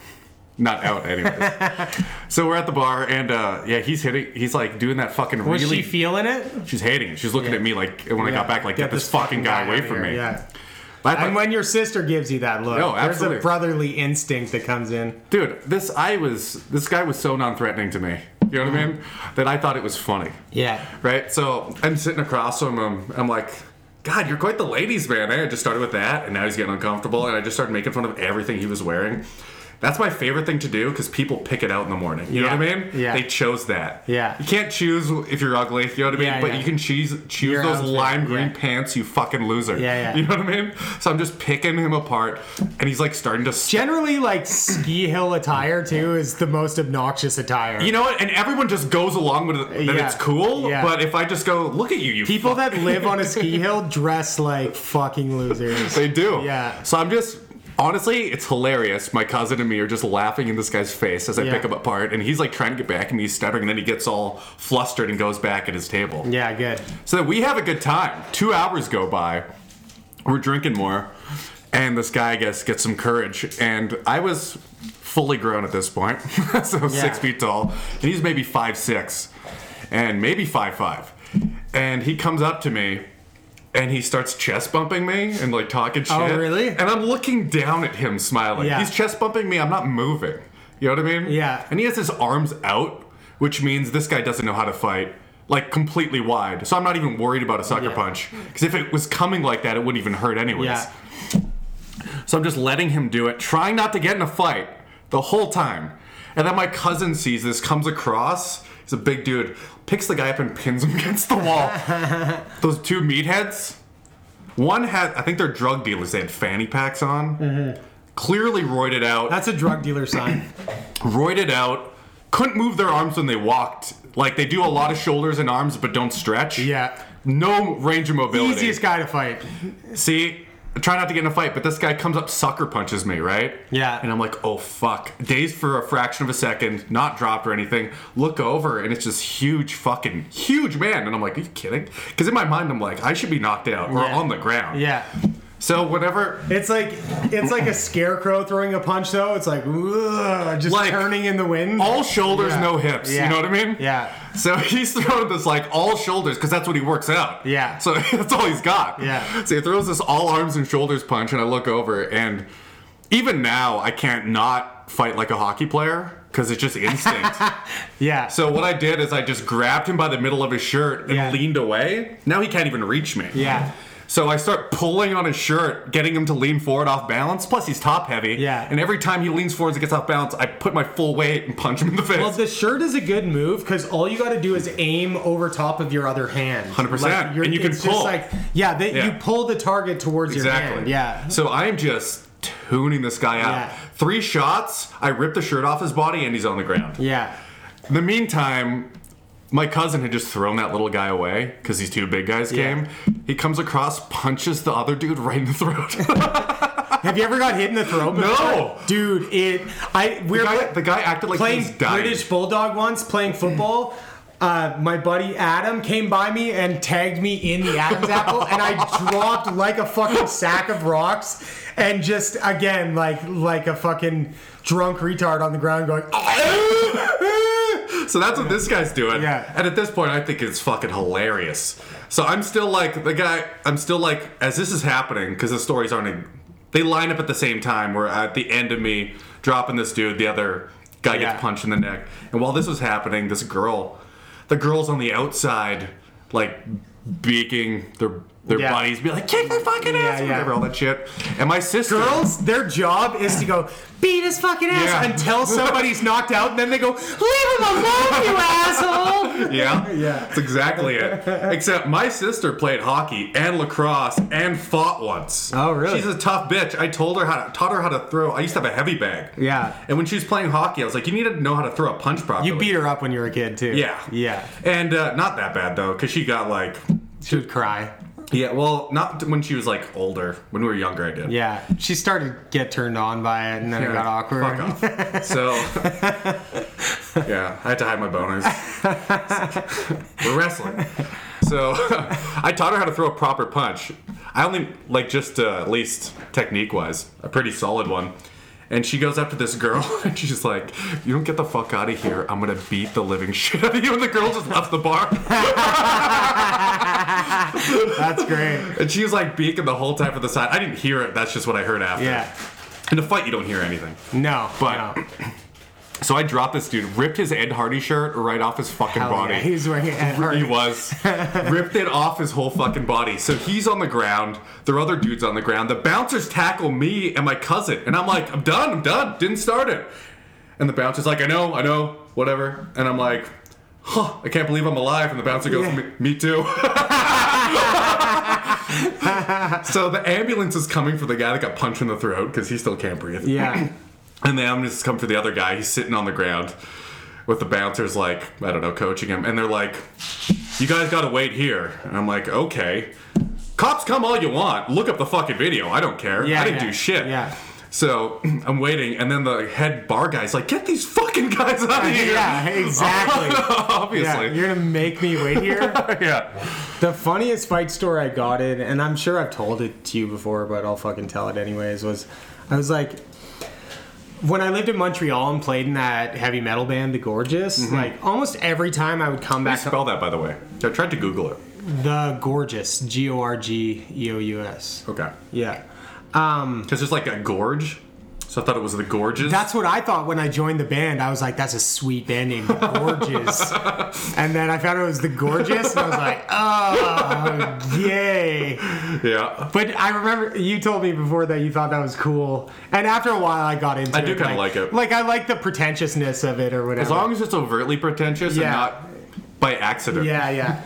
Not out, anyways. so we're at the bar, and, uh, yeah, he's hitting, he's like doing that fucking
Was
really.
she feeling it?
she's hating it. She's looking
Yeah.
at me like, when I
Yeah.
got back, like, get, this, fucking guy,
out
away
of
from
here.
me.
Yeah.
But I
And
thought-
when your sister gives you that look,
No,
there's a
absolutely.
brotherly instinct that comes in.
dude, this, I was, this guy was so non threatening to me. You know what I mean?
Mm-hmm.
That I thought it was funny.
Yeah.
Right? So I'm sitting across from him. I'm like, God, you're quite the ladies' man. eh?" I just started with that, and now he's getting uncomfortable, and I just started making fun of everything he was wearing. That's my favorite thing to do because people pick it out in the morning. You know what I
Yeah.
mean?
Yeah.
They chose that.
Yeah.
You can't choose if you're ugly. You know what I mean?
Yeah,
but
yeah.
you can choose choose
Your
those
outfit,
lime green
yeah.
pants, you fucking loser.
Yeah, yeah.
You know what I mean? So I'm just picking him apart, and he's like starting to. St-
Generally, like ski hill attire too is the most obnoxious attire.
you know what? And everyone just goes along with it that
Yeah.
it's cool.
Yeah.
But if I just go, look at you, you
people that live on a ski hill dress like fucking losers.
They do.
Yeah.
So I'm just honestly, it's hilarious. My cousin and me are just laughing in this guy's face as I
Yeah.
pick him apart, and he's like trying to get back, and he's stuttering, and then he gets all flustered and goes back at his table.
Yeah, good.
So then we have a good time. Two hours go by. We're drinking more, and this guy, I guess, gets some courage. And I was fully grown at this point, so
Yeah.
six feet tall, and he's maybe five six, and maybe five five. And he comes up to me, and he starts chest bumping me and like talking shit.
Oh, really?
And I'm looking down at him, smiling.
Yeah.
He's chest bumping me. I'm not moving. You know what I mean?
Yeah.
And he has his arms out, which means this guy doesn't know how to fight. Like completely wide, so I'm not even worried about a sucker
Yeah.
punch. Because if it was coming like that, it wouldn't even hurt anyways.
Yeah.
So I'm just letting him do it, trying not to get in a fight the whole time. And then my cousin sees this, comes across. He's a big dude, picks the guy up and pins him against the wall. Those two meatheads. One had, I think they're drug dealers. They had fanny packs on. Clearly roided out
Mm-hmm. That's a drug dealer sign.
roided out, couldn't move their arms when they walked. Like they do a lot of shoulders and arms, but don't stretch.
Yeah.
No range of mobility.
Easiest guy to fight.
See, I try not to get in a fight, but this guy comes up, sucker punches me, right?
Yeah.
And I'm like, oh fuck. Dazed for a fraction of a second, not dropped or anything. Look over, and it's this huge fucking huge man, and I'm like, are you kidding? Because in my mind, I'm like, I should be knocked out or
Yeah.
on the ground.
Yeah.
So whenever
It's like it's like a scarecrow throwing a punch though. It's like ugh, just
Like,
turning in the wind.
all shoulders,
Yeah.
no hips.
Yeah.
You know what I mean?
Yeah.
So he's throwing this like all shoulders because that's what he works out.
Yeah.
So that's all he's got.
Yeah.
So he throws this all arms and shoulders punch, and I look over, and even now I can't not fight like a hockey player because it's just instinct.
Yeah.
so what I did is I just grabbed him by the middle of his shirt and
Yeah.
leaned away. Now he can't even reach me.
Yeah.
So I start pulling on his shirt, getting him to lean forward off balance. Plus he's top heavy.
Yeah.
And every time he leans forward and gets off balance, I put my full weight and punch him in the face.
Well, the shirt is a good move because all you got to do is aim over top of your other hand.
100%.
you're-
And you can
it's
pull.
Just like, yeah, they,
Yeah.
you pull the target towards your hand.
Exactly.
Yeah.
So I'm just tuning this guy out.
Yeah.
Three shots, I rip the shirt off his body, and he's on the ground.
Yeah.
In the meantime, my cousin had just thrown that little guy away because these two big guys
Yeah.
came. He comes across, punches the other dude right in the throat.
Have you ever got hit in the throat?
No.
before? dude. It. I
the,
we're
guy, the guy acted like he was
playing
dying.
British Bulldog once, playing football. Uh, my buddy Adam came by me and tagged me in the Adam's apple, and I dropped like a fucking sack of rocks, and just again like like a fucking drunk retard on the ground going.
so that's what this guy's doing.
Yeah.
And at this point, I think it's fucking hilarious. So I'm still like the guy. I'm still like as this is happening because the stories aren't. They line up at the same time. Where at the end of me dropping this dude, the other guy
Yeah.
gets punched in the neck. And while this was happening, this girl, the girls on the outside, like beaking their their
Yeah.
buddies, be like kick my fucking
Yeah,
ass,
yeah.
whatever, all that shit. And my sister,
girls, their job is to go beat his fucking ass
Yeah.
until somebody's knocked out, and then they go, "Leave him alone, you asshole!"
Yeah,
Yeah.
That's exactly it. Except my sister played hockey and lacrosse and fought once.
Oh, really?
She's a tough bitch. I told her how to, taught her how to throw. I used to have a heavy bag.
Yeah.
And when she was playing hockey, I was like, you need to know how to throw a punch properly.
You beat her up when you were a kid too.
Yeah.
yeah.
And uh, not that bad though, because she got like,
She would cry.
yeah, well, not when she was like older. When we were younger, I did.
Yeah, she started to get turned on by it, and then it got awkward.
Fuck off. So, yeah, I had to hide my boners. We're wrestling. So, I taught her how to throw a proper punch. I only, like, just uh, at least technique wise, a pretty solid one. And she goes up to this girl and she's like, You don't get the fuck out of here. I'm gonna beat the living shit out of you. And the girl just left the bar.
That's great.
And she was like beaking the whole time for the side. I didn't hear it. That's just what I heard after.
Yeah.
In a fight, you don't hear anything.
No,
But-
no.
So I dropped this dude, ripped his Ed Hardy shirt right off his fucking
Hell
body.
yeah, he was wearing it. at her.
He was. Ripped it off his whole fucking body. So he's on the ground. There are other dudes on the ground. The bouncers tackle me and my cousin. And I'm like, I'm done, I'm done. Didn't start it. And the bouncer's like, I know, I know, whatever. And I'm like, huh, I can't believe I'm alive. And the bouncer goes, me, me too. so the ambulance is coming for the guy that got punched in the throat because he still can't breathe.
Yeah.
And the ambulance come for the other guy. He's sitting on the ground with the bouncers, like, I don't know, coaching him. And they're like, You guys gotta wait here. And I'm like, Okay. Cops come all you want. Look up the fucking video. I don't care.
Yeah,
I didn't
yeah,
do shit.
yeah.
So I'm waiting, and then the head bar guy's like, Get these fucking guys out of here.
Yeah, exactly. Yeah,
Obviously.
you're gonna make me wait here.
yeah.
the funniest fight story I got in, and I'm sure I've told it to you before, but I'll fucking tell it anyways. Was I was like, when I lived in Montreal and played in that heavy
Mm-hmm.
metal band, The Gorgeous, like almost every time I would come
I
back.
spell that, by the way. I tried to Google it.
the gorgeous G O R G E O U S.
Okay.
Yeah. Um,
Because there's like a gorge. So I thought it was the gorges.
that's what I thought when I joined the band. I was like, that's a sweet band name, Gorgeous. and then I found it was the Gorgeous, and I was like, oh, yay.
yeah.
But I remember you told me before that you thought that was cool, and after a while I got into
I
it.
do kinda like it.
Like I like the pretentiousness of it or whatever.
As long as it's overtly pretentious
Yeah.
and not by accident.
yeah, yeah.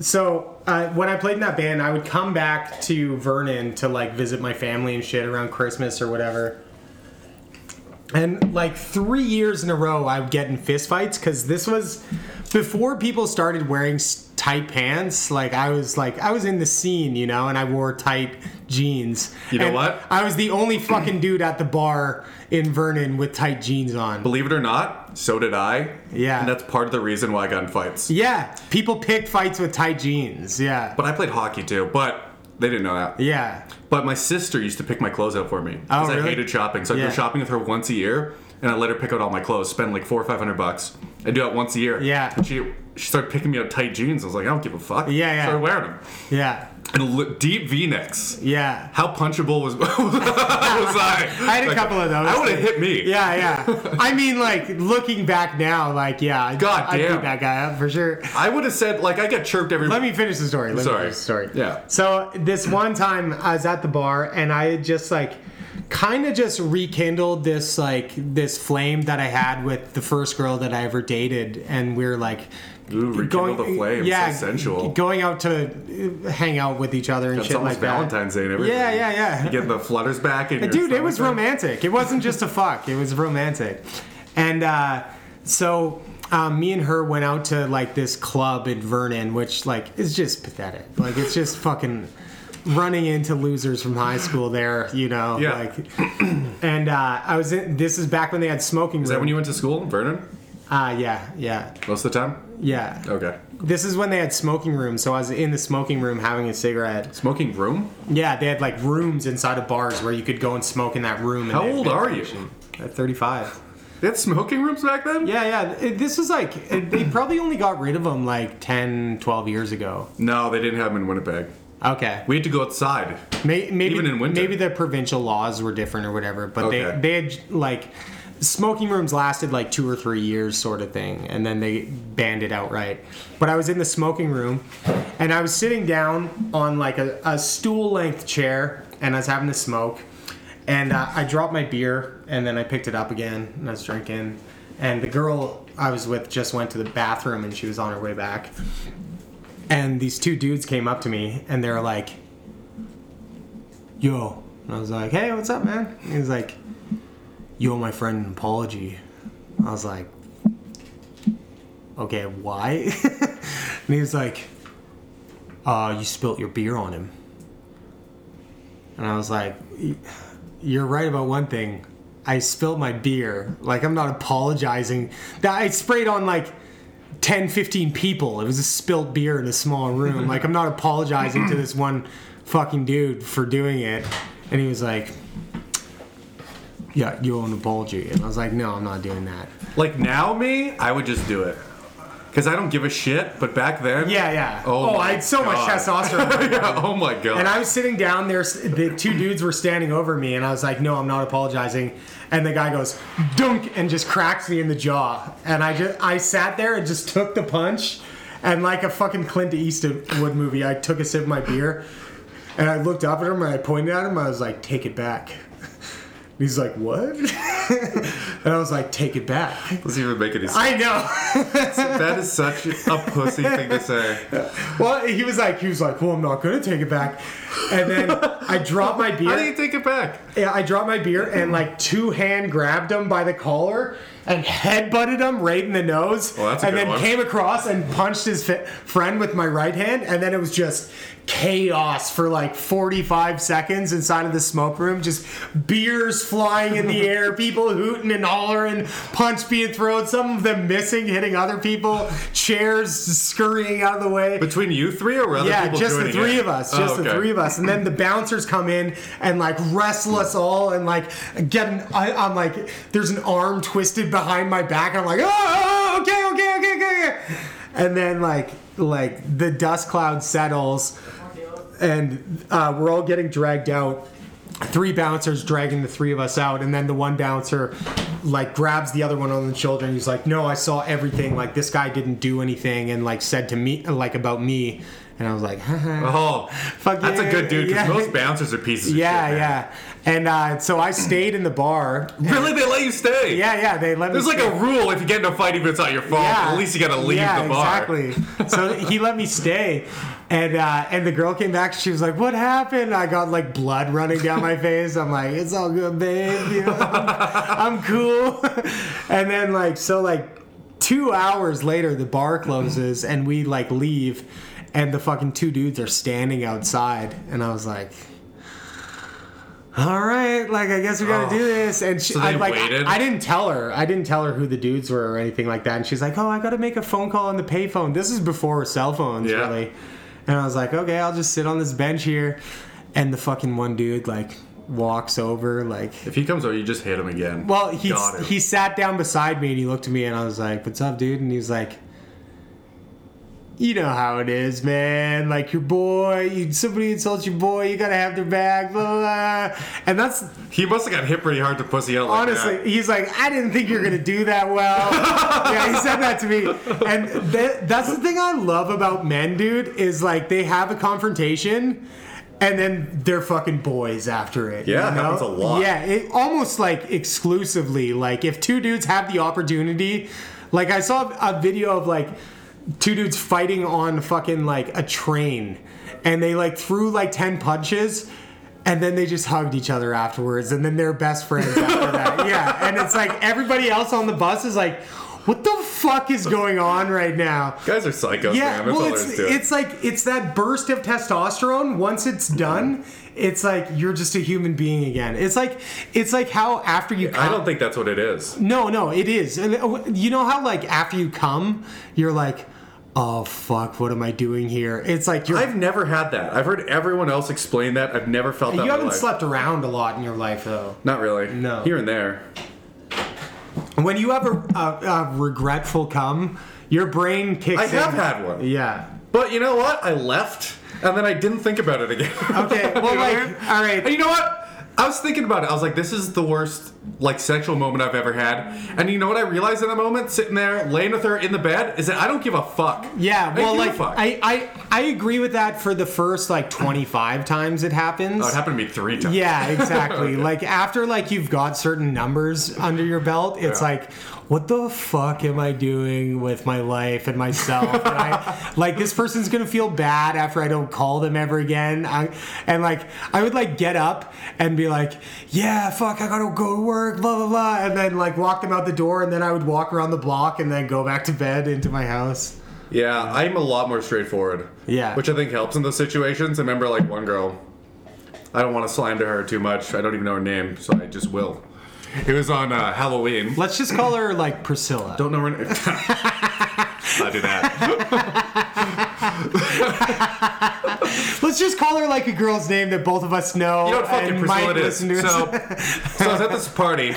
So uh, when I played in that band, I would come back to Vernon to like visit my family and shit around Christmas or whatever. And like three years in a row, I would get in fistfights because this was before people started wearing s- tight pants. Like I was like I was in the scene, you know, and I wore tight jeans.
You know
And
what?
I was the only fucking dude at the bar in Vernon with tight jeans on.
Believe it or not, so did I.
Yeah.
And that's part of the reason why I got in fights.
yeah, people picked fights with tight jeans. Yeah,
But I played hockey too, but they didn't know that.
yeah. Oh,
But my sister used to pick my clothes out for me. Because I
really?
hated shopping. So I'd
Yeah.
go shopping with her once a year and I let her pick out all my clothes, spend like four or five hundred bucks. I do that once a year.
Yeah.
And she she started picking me out tight jeans. I was like, I don't give a fuck.
Yeah, yeah.
Started wearing them.
Yeah,
And li- deep V necks.
yeah,
How punchable was, was I?
I had a couple of those,
I would have
too.
hit me.
yeah, yeah. I mean, like looking back now, like yeah, I'd-
God
I'd
damn.
beat that guy up for sure.
I would have said like I got chirped every.
Let me finish the story. Let
Sorry.
me finish the story.
Yeah.
So this one time I was at the bar and I had just like kind of just rekindled this like this flame that I had with the first girl that I ever dated and we are like
Ooh, rekindle the flame.
e- Yeah,
so sensual.
Going out to uh, hang out with each other and
It's
shit
almost
like that.
Valentine's Day and everything.
Yeah, yeah, yeah.
You get the flutters back and
Dude, it was romantic. It wasn't just a fuck. It was romantic. And uh, so um, me and her went out to like this club in Vernon, which like is just pathetic. Like it's just fucking running into losers from high school there, you know.
Yeah.
Like and uh, I was in this is back when they had smoking
Is that when you went to school, Vernon?
Ah, yeah, yeah.
Most of the time.
Yeah.
Okay.
This is when they had smoking rooms, so I was in the smoking room having a cigarette.
Smoking room.
Yeah, they had like rooms inside of bars where you could go and smoke in that room. and
How
they had
old are you?
ventilation. At 35.
They had smoking rooms back then.
Yeah, yeah. It- This was like, it- they probably only got rid of them like 10, 12 years ago.
No, they didn't have them in Winnipeg.
Okay.
We had to go outside.
May- maybe,
even in winter.
Maybe the provincial laws were different or whatever, but
Okay.
they, they had like, smoking rooms lasted like two or three years sort of thing, and then they banned it outright. But I was in the smoking room and I was sitting down on like a, a stool length chair and I was having a smoke. And uh, I dropped my beer and then I picked it up again and I was drinking. And the girl I was with just went to the bathroom and she was on her way back. And these two dudes came up to me and they were like, Yo. And I was like, Hey, what's up, man? And he was like, You owe my friend an apology. I was like, Okay, why? and he was like, uh, You spilt your beer on him. And I was like, "Y- You're right about one thing. I spilled my beer. Like, I'm not apologizing. That I sprayed on like 10, 15 people. It was a spilt beer in a small room. Like, I'm not apologizing to this one fucking dude for doing it. And he was like, Yeah, you owe an apology. And I was like, No, I'm not doing that.
Like now, me, I would just do it. Cause I don't give a shit. But back then.
Yeah, yeah.
Oh,
I
my
had so much
God.
testosterone.
Yeah, oh my god.
And I was sitting down there. The two dudes were standing over me, and I was like, "No, I'm not apologizing." And the guy goes, "Dunk!" and just cracks me in the jaw. And I just, I sat there and just took the punch, and like a fucking Clint Eastwood movie, I took a sip of my beer, and I looked up at him and I pointed at him. I was like, "Take it back." He's like, "What?" and I was like, "Take it back."
Doesn't even make any sense.
I know.
that is such a pussy thing to say.
Well, he was like, he was like, "Well, I'm not gonna take it back." And then I dropped my beer.
How do you take it back?
Yeah, I dropped my beer and like two hand grabbed him by the collar and headbutted him right in the nose.
Well, that's a
and
good
then
one.
came across and punched his fi- friend with my right hand. And then it was just chaos for like 45 seconds inside of the smoke room. Just beers flying in the air, people hooting and hollering, punch being thrown, some of them missing, hitting other people, chairs scurrying out of the way
Between you three or were other
yeah,
people
just the
joining
three
in?
of us,
Oh,
just the
okay.
three of us, and then the bouncers come in and like wrestle us all, and like get an, I, I'm like, there's an arm "Ah, twisted behind my back, and I'm like, oh, oh, oh, okay, okay, okay, okay, okay. and then like like the dust cloud settles and uh, we're all getting dragged out three bouncers dragging the three of us out and then the one bouncer like grabs the other one on the shoulder and he's like no i saw everything like this guy didn't do anything and like said to me like about me and i was like Haha.
Oh,
Fuck
that's
yeah,
a good dude because
yeah.
most bouncers are pieces of
yeah
shit. man.
yeah and uh, so i stayed in the bar
Really, they let you stay.
yeah yeah they let me
There's like a rule if you get in a fight, even if it's not your fault, at least you gotta leave
yeah,
the bar.
Exactly. So he let me stay, and uh, and the girl came back. She was like, "What happened?" I got like blood running down my face. I'm like, "It's all good, babe. You know, I'm, I'm cool." And then like so like two hours later, the bar closes and we like leave, and the fucking two dudes are standing outside, and I was like. All right, like I guess we gotta
Oh.
do this, and she,
So they
I, like,
waited?
I, I didn't tell her. I didn't tell her who the dudes were or anything like that. And she's like, "Oh, I got to make a phone call on the payphone." This is before cell phones,
Yeah.
really. And I was like, "Okay, I'll just sit on this bench here." And the fucking one dude like walks over, like,
If he comes over, you just hit him again.
well, he
Got him.
he sat down beside me and he looked at me and I was like, "What's up, dude?" And he was like. You know how it is, man. Like your boy, you, somebody insults your boy, you gotta have their back, blah, blah, blah. And that's
he must have got hit pretty hard to pussy out. Like
honestly,
that.
he's like, I didn't think you were gonna do that well. yeah, he said that to me, and th- that's the thing I love about men, dude, is like they have a confrontation. And then they're fucking boys after it.
Yeah, it happens a lot.
Yeah, it almost like exclusively. Like if two dudes have the opportunity, like I saw a video of like two dudes fighting on fucking like a train, and they like threw like ten punches, and then they just hugged each other afterwards, and then they're best friends after that. Yeah, and it's like everybody else on the bus is like, what the fuck is going on right now?
guys are psychos,
Yeah,
man. That's
well,
all there
it's
is to it.
it's like it's that burst of testosterone. Once it's
Mm-hmm.
done, it's like you're just a human being again. It's like it's like how after you
I
come,
don't think that's what it is.
no, no, it is. And uh, you know how like after you come, you're like, oh fuck, what am I doing here? It's like you're.
I've never had that. I've heard everyone else explain that. I've never felt that.
you
in my
haven't
life.
slept around a lot in your life though.
Not really.
No.
Here and there.
When you have a, a, a regretful come, your brain kicks.
I have
in.
had one.
Yeah.
But you know what? I left, and then I didn't think about it again.
Okay.
You
Well,
know
like,
what I mean?
all
And
right.
you know what? I was thinking about it. I was like, this is the worst like sexual moment I've ever had. And you know what I realized in that moment, sitting there laying with her in the bed, is that I don't give a fuck.
Yeah,
I
well,
give a
like
fuck.
I, I I agree with that for the first like twenty five times it happens.
Oh, it happened to me three times.
yeah, exactly. Like after like you've got certain numbers under your belt, it's
Yeah.
like, what the fuck am I doing with my life and myself? And I, like this person's gonna feel bad after I don't call them ever again. I, and like I would like get up and be like, yeah, fuck, I gotta go to work, blah blah blah, and then like walk them out the door, and then I would walk around the block and then go back to bed into my house.
Yeah, I'm a lot more straightforward.
Yeah.
Which I think helps in those situations. I remember like one girl, I don't want to slander her too much. I don't even know her name, so I just will. It was on uh, Halloween.
Let's just call her like Priscilla.
Don't know her name. I do that.
Let's just call her like a girl's name that both of us know
You know what fucking
and
Priscilla
might
it is.
listen to.
So, so I was at this party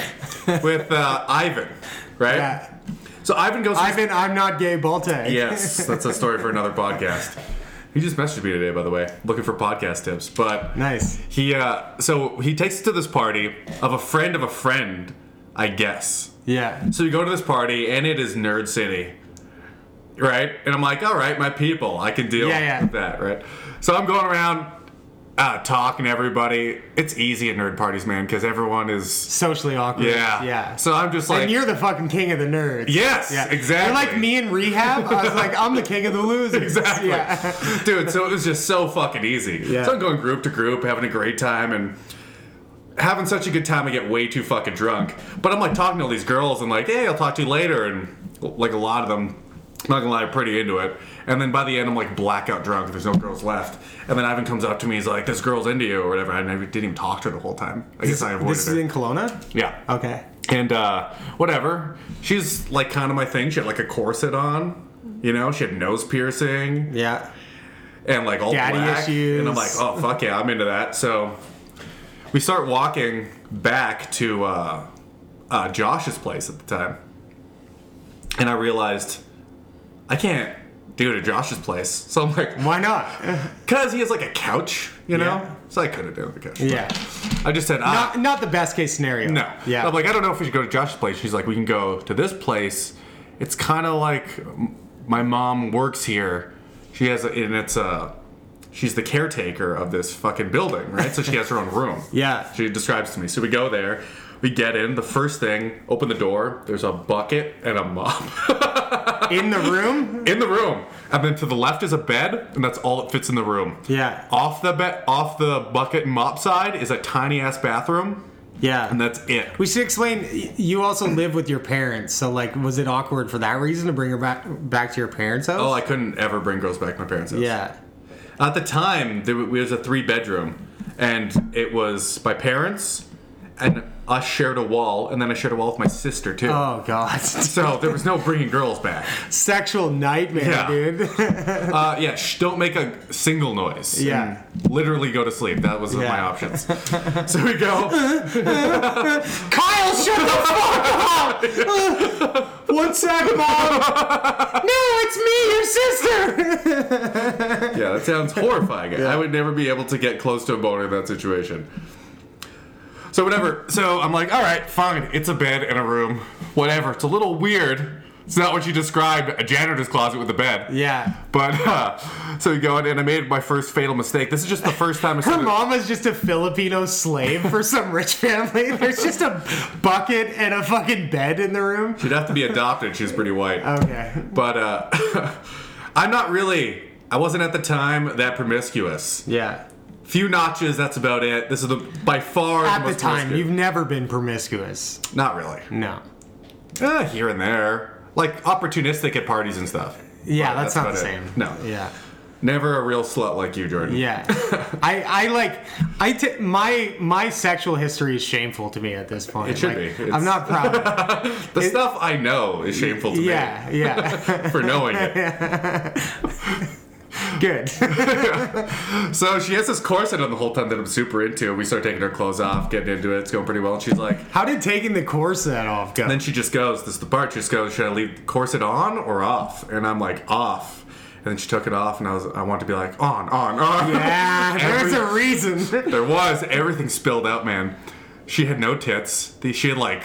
with uh, Ivan, right?
Yeah.
So Ivan goes. to this-
Ivan, I'm not gay, Balte.
Yes, that's a story for another podcast. He just messaged me today, by the way, looking for podcast tips. But
Nice.
He uh, so he takes us to this party of a friend of a friend, I guess.
Yeah.
So you go to this party and it is Nerd City, right? And I'm like, all right, my people, I can deal
Yeah, yeah.
with that, right? So I'm going around uh, talking to everybody. It's easy at nerd parties, man, because everyone is
Socially awkward.
yeah,
Yeah.
So I'm just like,
and you're the fucking king of the nerds.
Yes, exactly.
You're like me in rehab. I was like, I'm the king of the losers.
Exactly.
Yeah.
Dude, so it was just so fucking easy.
Yeah.
So I'm going group to group, having a great time and having such a good time I get way too fucking drunk. But I'm like talking to all these girls and like, hey, I'll talk to you later and like a lot of them not gonna lie, pretty into it. And then by the end, I'm like blackout drunk. There's no girls left. And then Ivan comes up to me. He's like, "This girl's into you," or whatever. I never, didn't even talk to her the whole time. I guess I avoided
This is
her.
in Kelowna?
yeah.
Okay.
And uh, whatever, she's like kind of my thing. She had like a corset on, you know. She had nose piercing
Yeah.
and like all
Daddy
black.
issues.
And I'm like, oh fuck yeah, I'm into that. So we start walking back to uh, uh, Josh's place at the time, and I realized I can't do to Josh's place. So I'm like,
Why not?
because he has like a couch, you know?
Yeah.
So I couldn't do it on the couch.
Yeah.
I just said, ah,
Not, not the best case scenario.
no.
Yeah.
I'm like, I don't know if we should go to Josh's place. She's like, we can go to this place. It's kind of like m- my mom works here. She has, a, and it's a, she's the caretaker of this fucking building, right? So she has her own room.
Yeah.
She describes to me. So we go there. We get in. The first thing, open the door. There's a bucket and a mop.
in the room?
in the room. And then to the left is a bed, and that's all that fits in the room.
Yeah.
Off the bed, off the bucket and mop side is a tiny ass bathroom,
Yeah.
and that's it.
we should explain. y- You also live with your parents, so like, was it awkward for that reason to bring her back back to your parents' house?
Oh, I couldn't ever bring girls back to my parents' house.
yeah,
At the time, there w- was a three bedroom, and it was my parents, and I shared a wall, and then I shared a wall with my sister too.
Oh god,
So there was no bringing girls back.
sexual nightmare,
Yeah.
dude.
Uh, yeah, shh, don't make a single noise.
Yeah.
And literally go to sleep. That was my
Yeah.
options. so we go.
Kyle, shut the fuck up! One sec, mom. No, it's me, your sister.
Yeah, that sounds horrifying. I would never be able to get close to a boner in that situation. So whatever. So I'm like, all right, fine. It's a bed and a room. Whatever. It's a little weird. It's not what you described—a janitor's closet with a bed.
Yeah.
But uh, so we go in, and I made my first fatal mistake. This is just the first time. I
Her
started-
mom is just a Filipino slave for some rich family. There's just a bucket and a fucking bed in the room.
She'd have to be adopted. She's pretty white.
Okay.
But uh, I'm not really. I wasn't at the time that promiscuous.
Yeah.
Few notches. That's about it. This is the by far
At the
most
time,
promiscuous-
you've never been promiscuous.
not really.
No.
Uh, here and there. Like opportunistic at parties and stuff.
Yeah,
But
that's, not the
about
same.
it. No.
Yeah.
Never a real slut like you, Jordan.
Yeah. I, I like I t- my my sexual history is shameful to me at this point.
It should
Like,
be. It's-
I'm not proud. Of it.
The stuff I know is shameful to
yeah, yeah.
me for knowing it.
Good.
So she has this corset on the whole time that I'm super into. We start taking her clothes off, getting into it. It's going pretty well. And she's like,
How did taking the corset off go?
then she just goes, this is the part. She just goes, should I leave the corset on or off? And I'm like, off. And then she took it off, and I was, I want to be like, on, on, on.
yeah, there's
Every-
Ah, a reason.
There was everything spilled out, man. She had no tits. The- She had like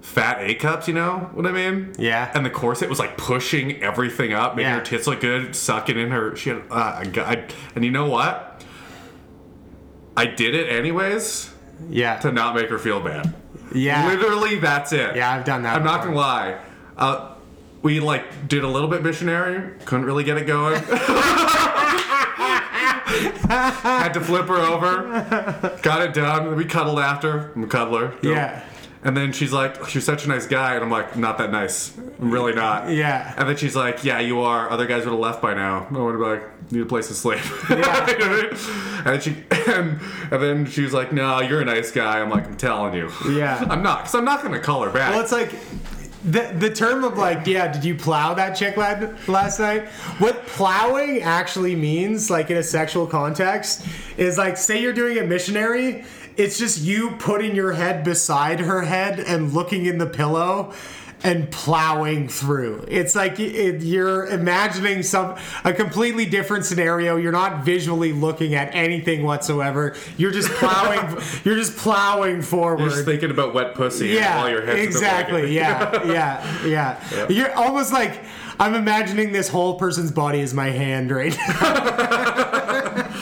fat A cups, you know what I mean?
Yeah.
And the corset was like pushing everything up, making
Yeah.
her tits look good, sucking in her. She had, uh, I got- I- and you know what? I did it anyways to
Yeah.
not make her feel bad.
Yeah.
Literally, that's it.
Yeah, I've done that.
I'm not
before.
gonna lie. Uh, we like did a little bit missionary. Couldn't really get it going. Had to flip her over. Got it done. We cuddled after. I'm a cuddler. you know.
Yeah.
And then she's like, "You're such a nice guy," and I'm like, "Not that nice. I'm really not."
Yeah.
And then she's like, "Yeah, you are. Other guys would have left by now." I would have been like, "Need a place to sleep."
Yeah.
You know what I mean? and then she and, and then she was like, "No, you're a nice guy." I'm like, "I'm telling you."
Yeah.
I'm not, cause I'm not gonna call her back.
Well, it's like the the term of like, yeah, did you plow that chick lad last night? What plowing actually means, like in a sexual context, is like, say you're doing a missionary, it's just you putting your head beside her head and looking in the pillow. And plowing through, it's like y- it, you're imagining some a completely different scenario. You're not visually looking at anything whatsoever. You're just plowing. you're just plowing forward.
You're just thinking about wet pussy
Yeah,
and all your heads
exactly. Yeah, yeah, yeah, You're almost like I'm imagining this whole person's body is my hand right now.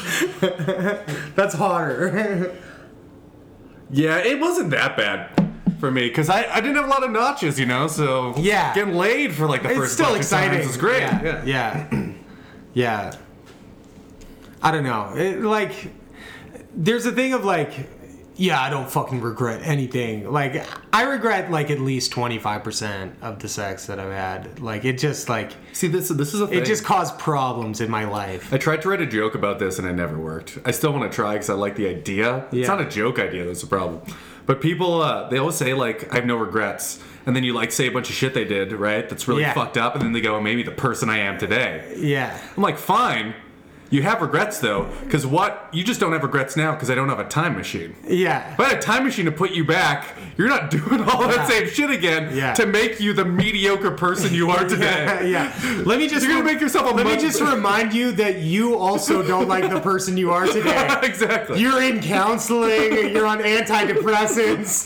That's hotter.
Yeah, it wasn't that bad for me because I, I didn't have a lot of notches, you know. So
Yeah.
getting laid for like the
it's
first
still
bunch of times
exciting.
is great.
Yeah, yeah, yeah. I don't know. It, like, there's a thing of like. Yeah, I don't fucking regret anything. Like, I regret like at least twenty five percent of the sex that I've had. Like, it just like
See, this this is a thing.
it just caused problems in my life.
I tried to write a joke about this and it never worked. I still want to try because I like the idea. It's
Yeah.
not a joke idea that's a problem. But people, uh, they always say like, "I have no regrets," and then you like say a bunch of shit they did, right? That's really
Yeah.
fucked up, and then they go, "Maybe the person I am today."
Yeah.
I'm like, fine. You have regrets though, because what? You just don't have regrets now because I don't have a time machine.
Yeah.
If I had a time machine to put you back, you're not doing all that same shit again
Yeah.
to make you the mediocre person you are
yeah,
today.
yeah. Let me just
You're gonna make yourself a
Let me
much-
just remind you that you also don't like the person you are today.
exactly.
You're in counseling. You're on antidepressants.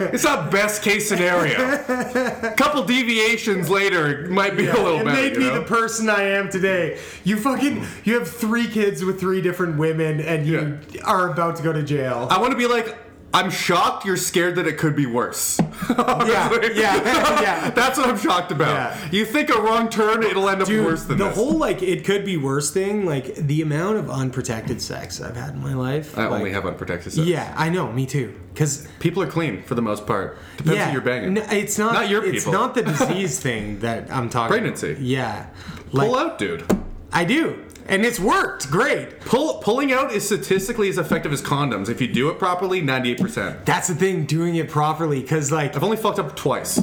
Look, it's not best case scenario. A couple deviations later it might be a little
it
better.
made
you
me
know?
the person I am today. You fucking you have three kids with three different women, and you are about to go to jail.
I want to be like, I'm shocked you're scared that it could be worse. Honestly.
yeah, yeah.
That's what I'm shocked about.
Yeah.
You think a wrong turn, it'll end up
Dude,
worse than
the
this.
whole like it could be worse thing like the amount of unprotected sex i've had in my life
I
like-
only have unprotected sex.
yeah i know me too because
People are clean for the most part. Depends
yeah
who you're banging.
n- it's not
Not your
it's
people.
not the disease thing that i'm talking
Pregnancy.
yeah like
Pull out, dude.
i do and it's worked great
Pull, pulling out is statistically as effective as condoms. If you do it properly, 98%.
that's the thing doing it properly because like
I've only fucked up twice.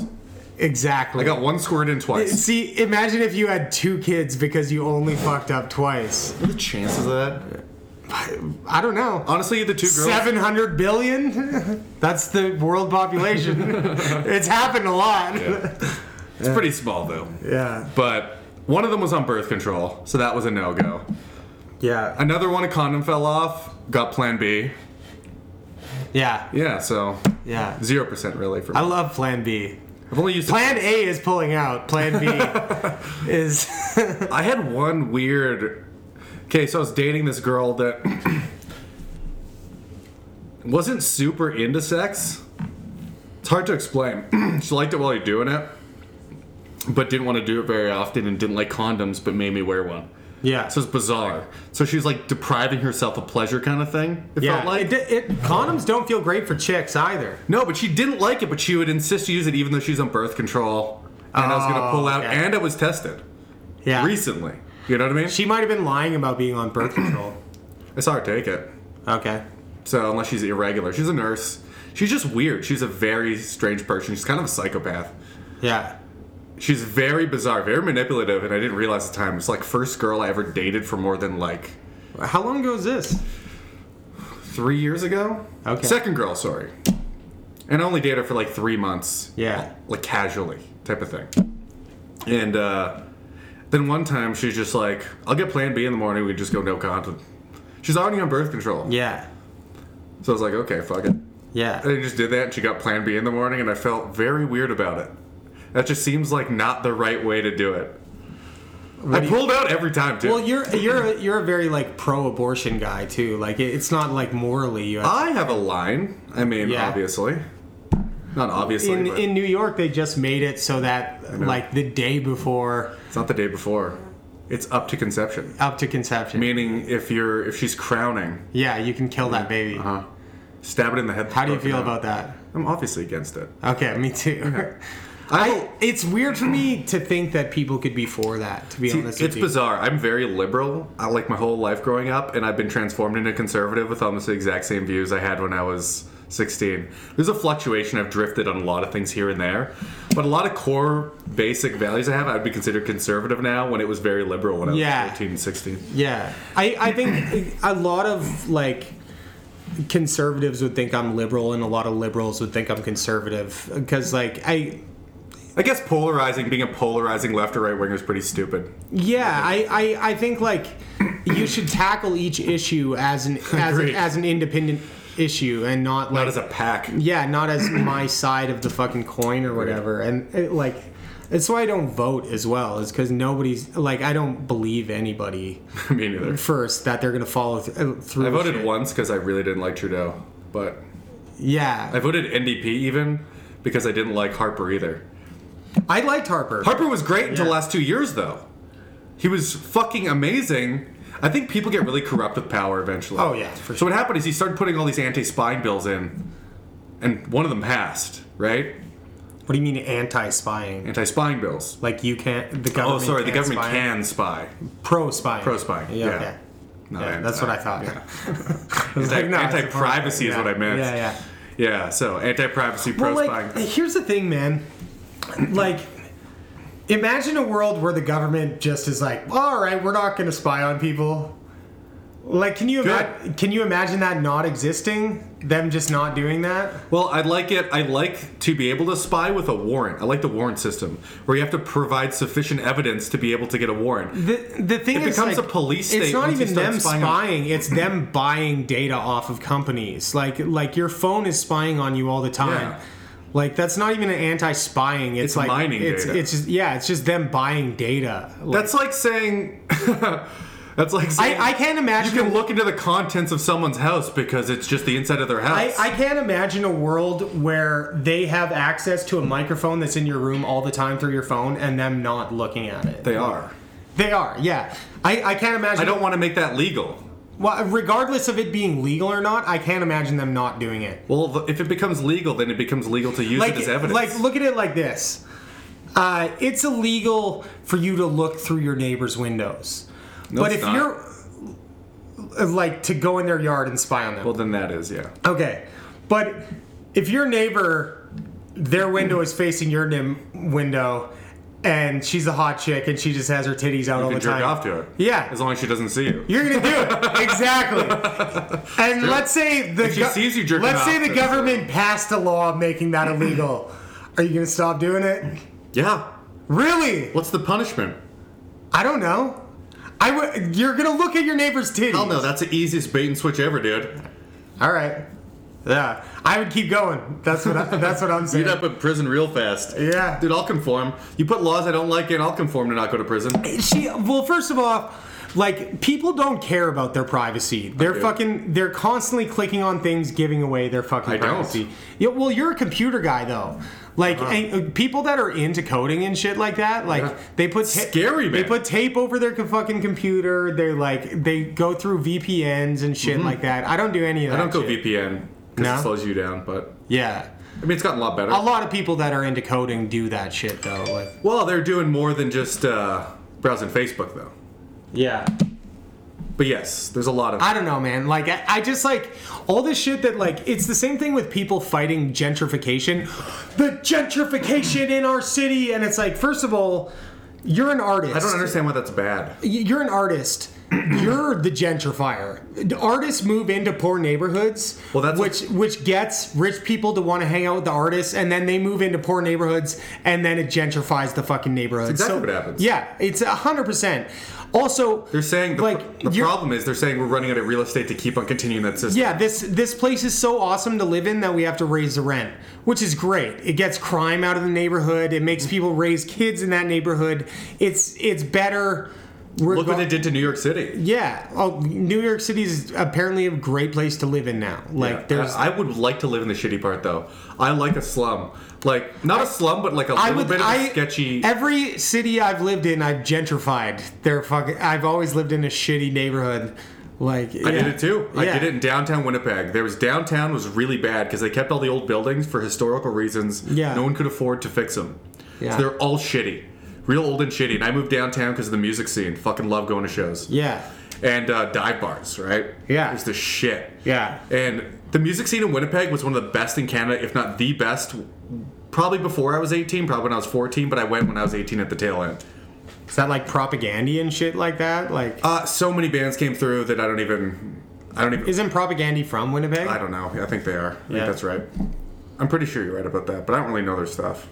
exactly
I got one squirt in twice.
see imagine if you had two kids because you only fucked up twice
What are the chances of that?
i don't know
Honestly, the two girls.
700 billion? That's the world population. it's happened a lot.
It's pretty small, though.
yeah,
But one of them was on birth control, so that was a no go.
yeah.
Another one, a condom fell off, got Plan B.
Yeah.
Yeah, so
Yeah.
zero percent really for me.
I love Plan B.
I've only used
Plan A is pulling out. Plan B is
I had one weird. Okay, so I was dating this girl that wasn't super into sex. It's hard to explain. she liked it while you're doing it, but didn't want to do it very often and didn't like condoms, but made me wear one.
yeah.
So it's bizarre. So she's like depriving herself of pleasure, kind of thing. It
yeah.
felt like.
It, it, condoms don't feel great for chicks either.
No, but she didn't like it, but she would insist to use it even though she's on birth control. And I was gonna pull out,
Oh, okay.
and I was tested
Yeah.
recently. You know what I mean?
She might have been lying about being on birth control.
I saw her take it.
Okay.
So unless she's irregular, she's a nurse. She's just weird. She's a very strange person. She's kind of a psychopath.
Yeah.
She's very bizarre, very manipulative, and I didn't realize at the time. It's like first girl I ever dated for more than like
How long ago is this?
three years ago.
Okay.
Second girl, sorry. And I only dated her for like three months.
Yeah.
like casually type of thing. And uh, then one time she's just like, "I'll get Plan B in the morning. We just go no condom." She's already on birth control.
Yeah.
So I was like, "Okay, fuck it."
Yeah.
And I just did that, and she got Plan B in the morning, and I felt very weird about it. That just seems like not the right way to do it. I pulled out every time too.
Well, you're you're a, you're a very like pro-abortion guy too. Like it, it's not like morally you have
I have a line. I mean,
Yeah.
obviously, not obviously.
in,
but
in New York, they just made it so that like the day before
it's not the day before. It's up to conception.
up to conception.
Meaning, if you're if she's crowning,
yeah, you can kill that baby.
Uh-huh. Stab it in the head.
How do you feel about that?
I'm obviously against it.
Okay, me too. I, it's weird for me to think that people could be for that. To be honest,
it's
with you.
bizarre. I'm very liberal. I like my whole life growing up, and I've been transformed into conservative with almost the exact same views I had when I was 16. There's a fluctuation. I've drifted on a lot of things here and there, but a lot of core basic values I have, I'd be considered conservative now. When it was very liberal when I was
Yeah.
13 and 16.
Yeah, I, I think a lot of like conservatives would think I'm liberal, and a lot of liberals would think I'm conservative because like I
I guess polarizing, being a polarizing left or right winger is pretty stupid.
Yeah, I, I, I think like you should tackle each issue as an as,
Agreed.
a, as an independent issue and not like
Not as a pack.
yeah, not as my side of the fucking coin or whatever. And it, like that's why I don't vote as well is because nobody's like I don't believe anybody
Me neither.
first that they're gonna follow th- uh, through.
I
with
voted
shit.
once because I really didn't like Trudeau, but I
Yeah,
voted NDP even because I didn't like Harper either.
I liked Harper.
Harper was great
Yeah.
until the last two years, though. He was fucking amazing. I think people get really corrupt with power eventually.
Oh, yeah, for
So what happened is he started putting all these anti-spying bills in, and one of them passed, right?
what do you mean anti-spying?
Anti-spying bills.
Like you can't the
Oh,
government.
sorry, the
can't
government
spy?
can spy.
pro-spying.
Pro-spying, yeah.
okay.
Not
Yeah,
anti-
that's what I thought.
Yeah.
I was like, no, it's a
anti- privacy is
pro-spying.
what I meant.
Yeah, yeah.
Yeah, so anti-privacy,
Well,
pro-spying.
like, here's the thing, man. Like,
Imagine a world where the government just is like, all right, we're not going to spy on people. Like, can you ima-
Good.
can you imagine that not existing? Them just not doing that?
Well, I like it. I like to be able to spy with a warrant. I like the warrant system where you have to provide sufficient evidence to be able to get a warrant.
The, the thing
It
is,
becomes
like,
a police
It's
state
not
once you
even
start
them spying.
spying on-
it's them buying data off of companies. Like,
like your phone is spying on you all the time.
Yeah.
Like that's not even an anti-spying. It's,
It's
like
mining
it's,
data.
It's just yeah, it's just them buying data. Like,
That's like saying. that's like saying.
I, I can't
you
imagine.
can look into the contents of someone's house because it's just the inside of their
I,
house.
I can't imagine a world where they have access to a microphone that's in your room all the time through your phone and them not looking at it.
they are.
They are, yeah. I, I can't imagine.
I don't want to make that legal.
Well, regardless of it being legal or not, I can't imagine them not doing it.
Well, th- if it becomes legal, then it becomes legal to use
like,
it as evidence.
like look at it like this uh, it's illegal for you to look through your neighbor's windows but
it's
if
not.
you're uh, like to go in their yard and spy on them
well, then that is yeah.
okay but if your neighbor their window is facing your nim- window and she's a hot chick and she just has her titties out all
You
the
can jerk
time
off to it.
Yeah.
As long as she doesn't see you.
you're gonna do it exactly, and let's say the
If she sees you jerking
let's say
off,
the
it's, uh,
government passed a law making that illegal. Are you gonna stop doing it?
yeah.
Really?
What's the punishment?
I don't know. I would. You're gonna look at your neighbor's titties.
Hell no, that's the easiest bait and switch ever, dude.
All right. Yeah, I would keep going. That's what. I, that's what I'm saying.
You'd up in prison real fast.
Yeah.
Dude, I'll conform. You put laws I don't like in, I'll conform to not go to prison.
She. Well, first of all. Like people don't care about their privacy. They're
do.
fucking. They're constantly clicking on things, giving away their fucking
I don't.
privacy. Yeah. Well, you're a computer guy though. Like and, uh, people that are into coding and shit like that. Like
Uh-huh. Yeah.
they put ta-
Scary,
They
man.
put tape over their co- fucking computer. They like they go through VPNs and shit like that. I don't do any of
Mm-hmm. I
that.
don't go
shit.
VPN because
No?
it slows you down, but
Yeah.
I mean, it's gotten a lot better.
A lot of people that are into coding do that shit though. Like,
well, they're doing more than just uh, browsing Facebook, though.
yeah.
But yes, there's a lot of.
I don't know, man. Like, I, I just like all this shit that like it's the same thing with people fighting gentrification, the gentrification in our city, and it's like first of all, you're an artist.
I don't understand why that's bad.
Y- You're an artist. You're the gentrifier. The Artists move into poor neighborhoods,
Well, that's
which which gets rich people to want to hang out with the artists, and then they move into poor neighborhoods, and then it gentrifies the fucking neighborhood.
exactly what happens.
Yeah, it's hundred percent. Also,
They're saying the, pro-
like
the
you're-
problem is they're saying we're running out of real estate to keep on continuing that system.
Yeah, this this place is so awesome to live in that we have to raise the rent, which is great. It gets crime out of the neighborhood. It makes people raise kids in that neighborhood. It's it's better.
Look what
rega-
they did to New York City.
Yeah. Oh, New York City is apparently a great place to live in now. Like
Yeah.
there's.
I, I would like to live in the shitty part though. I like a slum, like not a slum, but like a little bit of a sketchy.
Every city I've lived in, I've gentrified. They're fucking. I've always lived in a shitty neighborhood. Like
I did it too. I
Yeah.
did it in downtown Winnipeg. There was downtown was really bad because they kept all the old buildings for historical reasons.
Yeah.
no one could afford to fix them.
Yeah.
So they're all shitty, real old and shitty. And I moved downtown because of the music scene. Fucking love going to shows.
Yeah.
and uh, dive bars, right?
Yeah.
It's the shit.
Yeah.
And the music scene in Winnipeg was one of the best in Canada, if not the best. Probably before I was 18, probably when I was 14, but I went when I was 18 at the tail end.
Is that like propaganda and shit like that? Like.
Uh, so many bands came through that I don't even. I don't even.
Isn't propaganda from Winnipeg?
I don't know. I think they are. I
Yeah.
think that's right. I'm pretty sure you're right about that, but I don't really know their stuff.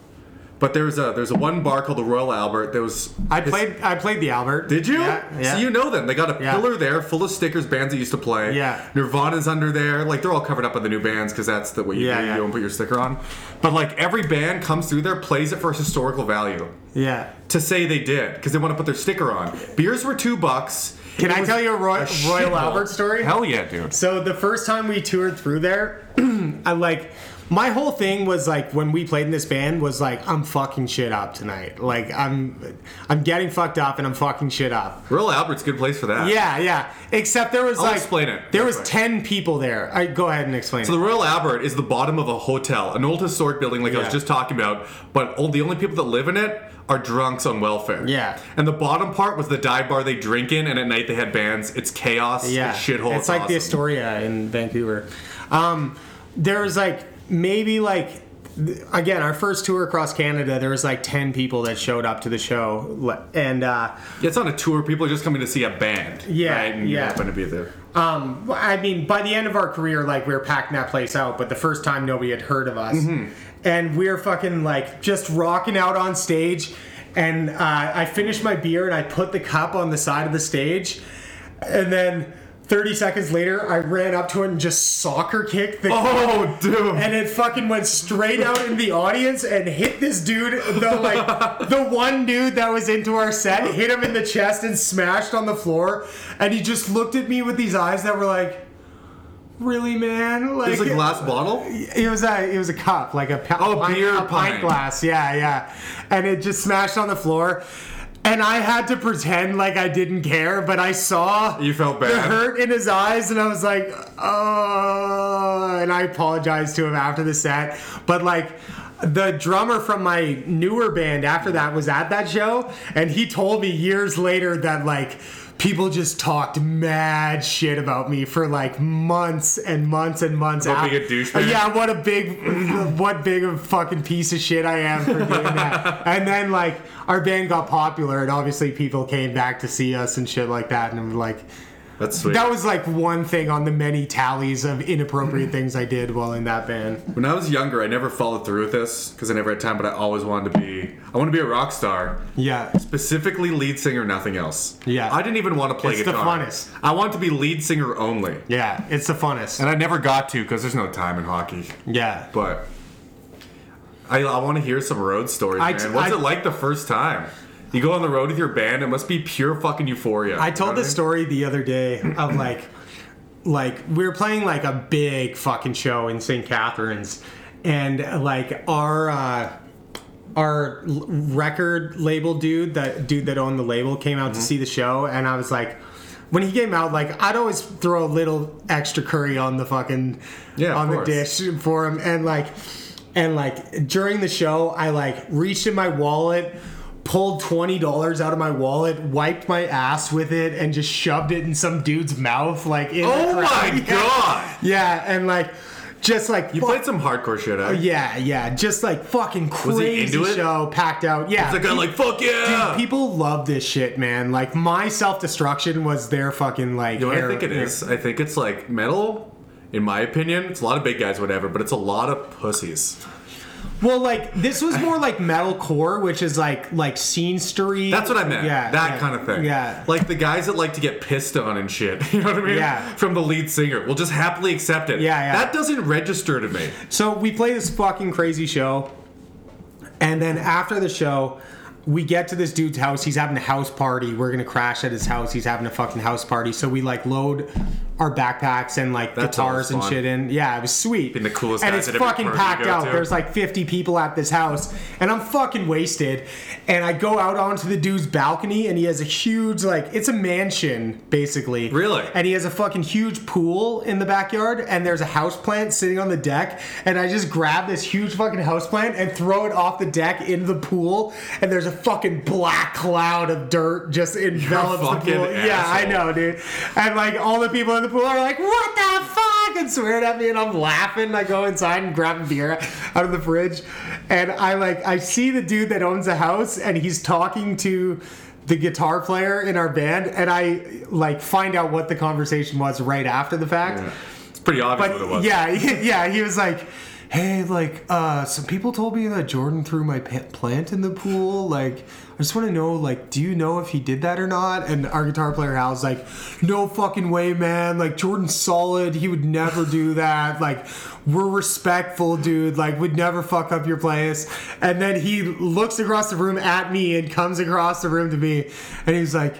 But there's a there's a one bar called the Royal Albert that was
I played. I played the Albert.
Did you?
Yeah. yeah.
So you know them. They got a
Yeah.
pillar there full of stickers, bands that used to play.
Yeah.
Nirvana's under there. Like they're all covered up by the new bands because that's the way you
Yeah,
do.
yeah.
You don't put your sticker on. But like every band comes through there, plays it for its historical value
Yeah.
to say they did because they want to put their sticker on. Beers were two bucks.
Can
It
I
was
tell you a, Roy- Royal
shithole.
Albert story?
Hell yeah, dude.
So the first time we toured through there, I like my whole thing was like when we played in this band was like I'm fucking shit up tonight. Like I'm I'm getting fucked up and I'm fucking shit up.
Royal Albert's a good place for that.
Yeah, yeah. Except there was
I'll
like
explain it.
There was
Explain.
10 people there. I go ahead and explain.
So
it.
the Royal Albert is the bottom of a hotel, an old historic building, like I
Yeah.
was just talking about. But all, the only people that live in it are drunks on welfare.
Yeah.
And the bottom part was the dive bar they drink in, and at night they had bands. It's chaos.
yeah.
It's shithole.
It's, like the
awesome.
Astoria in Vancouver. Um there was like maybe like again, our first tour across Canada, there was like ten people that showed up to the show, le- and uh,
It's not a tour. People are just coming to see a band.
Yeah,
Right? And you
yeah.
happen to be there.
um, I mean, by the end of our career, like we were packing that place out. But the first time, nobody had heard of us,
Mm-hmm.
and we were fucking like just rocking out on stage. And uh, I finished my beer and I put the cup on the side of the stage, and then. 30 seconds later, I ran up to it and just soccer kicked the
Oh, dude.
and it fucking went straight out in the audience and hit this dude the like the one dude that was into our set hit him in the chest and smashed on the floor and he just looked at me with these eyes that were like really man like,
it's like glass bottle.
it was a it was a cup like a pa-
Oh,
pint,
beer
a pint
pint.
glass yeah yeah and it just smashed on the floor and I had to pretend like I didn't care, but I saw
You felt
the
bad.
hurt in his eyes, and I was like, oh, and I apologized to him after the set. But like, the drummer from my newer band after that was at that show, and he told me years later that like, people just talked mad shit about me for like months and months and months.
About
af-
being a douchebag?
Yeah, what a big, what big of a fucking piece of shit I am for doing that. And then like our band got popular, and obviously people came back to see us and shit like that, and I'm like.
That's sweet.
That was like one thing on the many tallies of inappropriate things I did while in that band.
When I was younger, I never followed through with this because I never had time. But I always wanted to be. I want to be a rock star,
Yeah.
specifically lead singer, nothing else.
Yeah.
I didn't even want to play
It's the
guitar.
funnest.
I want to be lead singer only,
Yeah, it's the funnest.
and I never got to because there's no time in hockey.
Yeah.
But I, I want to hear some road stories,
I-
man. What's
I-
it like the first time? You go on the road with your band. It must be pure fucking euphoria.
I
You know
told
what
this
mean?
story the other day of like, like we were playing like a big fucking show in St. Catharines, and uh, like our uh, our l- record label dude, that dude that owned the label, came out to
Mm-hmm.
see the show, and I was like. When he came out, like I'd always throw a little extra curry on the fucking
Yeah, of
on the
course.
dish for him, and like and like during the show, I like reached in my wallet, pulled twenty dollars out of my wallet, wiped my ass with it, and just shoved it in some dude's mouth. Like, in the
Oh
crowd.
my god!
Yeah, and like, just like,
You
fu-
played some hardcore shit. Eh?
Oh, yeah, yeah, just like fucking
he
crazy
into it?
show, packed out. Yeah,
It's like I'm like fuck yeah.
Dude, people love this shit, man. Like my self destruction was their fucking like.
You know what I
era-
think it is? I think it's like metal. In my opinion, it's a lot of big guys, whatever, but it's a lot of pussies.
Well, like this was more like metalcore, which is like like scenestery.
That's what I meant.
Yeah,
that
yeah,
kind of thing.
Yeah,
like the guys that like to get pissed on and shit. You know what I mean?
Yeah.
From the lead singer, will just happily accept it.
Yeah, yeah.
That doesn't register to me.
So we play this fucking crazy show, and then after the show, we get to this dude's house. He's having a house party. We're gonna crash at his house. He's having a fucking house party. So we like load our backpacks and like
That's always
guitars and
fun.
shit in. Yeah, it was sweet.
Being the coolest
and
guys
it's
at every
fucking
party you
packed
go
out.
to.
There's like 50 people at this house, and I'm fucking wasted. And I go out onto the dude's balcony, and he has a huge like it's a mansion basically.
Really?
And he has a fucking huge pool in the backyard, and there's a house plant sitting on the deck. And I just grab this huge fucking house plant and throw it off the deck into the pool. And there's a fucking black cloud of dirt just envelops the
fucking
pool. Yeah, I
asshole.
know, dude. And like all the people in the pool are like, "What the fuck?" and swearing at me, and I'm laughing. I go inside and grab a beer out of the fridge, and I like I see the dude that owns the house, and he's talking to the guitar player in our band, and I like find out what the conversation was right after the fact.
It's pretty obvious
But
what it was.
yeah, yeah, he was like, "Hey, like, uh, some people told me that Jordan threw my pa- plant in the pool. Like, I just want to know, like, do you know if he did that or not?" And our guitar player Hal's like, "No fucking way, man! Like, Jordan's solid. He would never do that. Like, we're respectful, dude. Like, would never fuck up your place." And then he looks across the room at me and comes across the room to me, and he's like.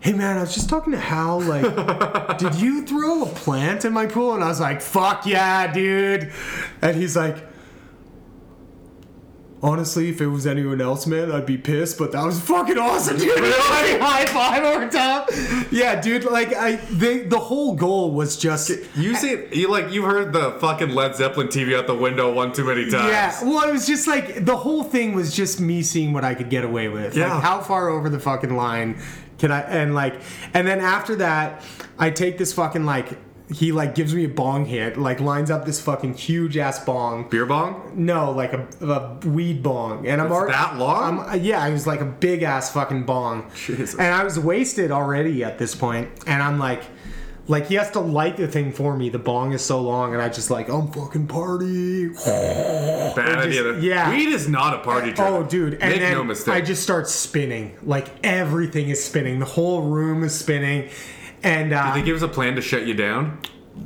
Hey man, I was just talking to Hal. Like, did you throw a plant in my pool? And I was like, fuck yeah, dude. And he's like, honestly, if it was anyone else, man, I'd be pissed, but that was fucking awesome, dude. Like, High five over top. Yeah, dude, like, I, they, the whole goal was just.
You see, you like you heard the fucking Led Zeppelin TV out the window one too many times.
Yeah, well, it was just like the whole thing was just me seeing what I could get away with.
Yeah.
Like, how far over the fucking line can I? And like, and then after that, I take this fucking like he like gives me a bong hit, like lines up this fucking huge ass bong.
Beer bong?
No, like a, a weed bong, and I'm
It's
already
that long?
I'm, yeah, it was like a big ass fucking bong,
Jesus.
and I was wasted already at this point, and I'm like, like he has to light the thing for me. The bong is so long, and I just like I'm fucking party.
Bad idea. to-
yeah.
Weed is not a party trick.
Oh, dude! And
Make
then
no mistake.
I just start spinning. Like everything is spinning. The whole room is spinning. And uh,
Did they give us a plan to shut you down?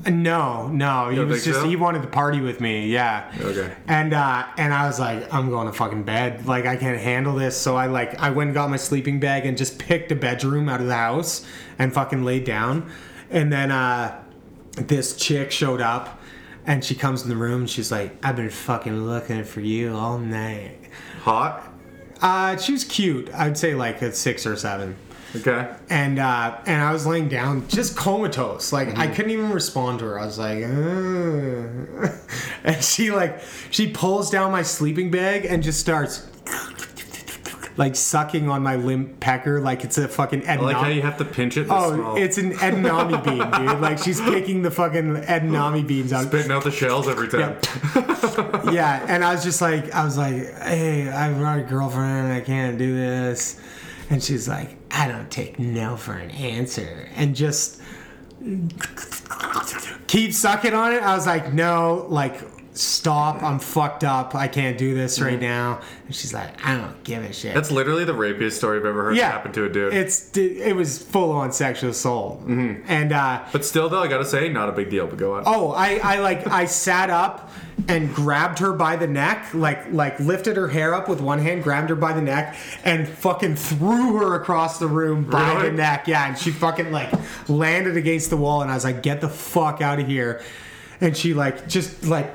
No, no. He
don't
was
think
just
so?
he wanted to party with me, yeah.
Okay.
And uh and I was like, I'm going to fucking bed. Like I can't handle this. So I like I went and got my sleeping bag and just picked a bedroom out of the house and fucking laid down. And then uh this chick showed up and she comes in the room, she's like, I've been fucking looking for you all night.
Hot?
Uh she was cute. I'd say like a six or seven
Okay.
and uh, and I was laying down just comatose. Like
Mm-hmm.
I couldn't even respond to her. I was like, "Uh." and she like she pulls down my sleeping bag and just starts like sucking on my limp pecker like it's a fucking Ed
I like
Nom-
how you have to pinch it this
Oh,
small.
it's an edamame bean, dude. Like she's picking the fucking edamame beans out.
Spitting out the shells every time.
yeah, and I was just like, I was like, hey, I've got a girlfriend, I can't do this. And she's like, I don't take no for an answer. And just keep sucking on it. I was like, no, like, stop, I'm fucked up, I can't do this right now. And she's like, I don't give a shit.
Mm-hmm. That's literally the rapiest story I've ever heard
yeah,
happen to a dude. Mm-hmm.
It's it was full on sexual assault, and uh,
but still, though, I gotta say, not a big deal. But go on.
Oh, I, I like I sat up and grabbed her by the neck, like like lifted her hair up with one hand, grabbed her by the neck, and fucking threw her across the room by
Really?
the neck. Yeah, and she fucking like landed against the wall, and I was like, "Get the fuck out of here!" And she like just like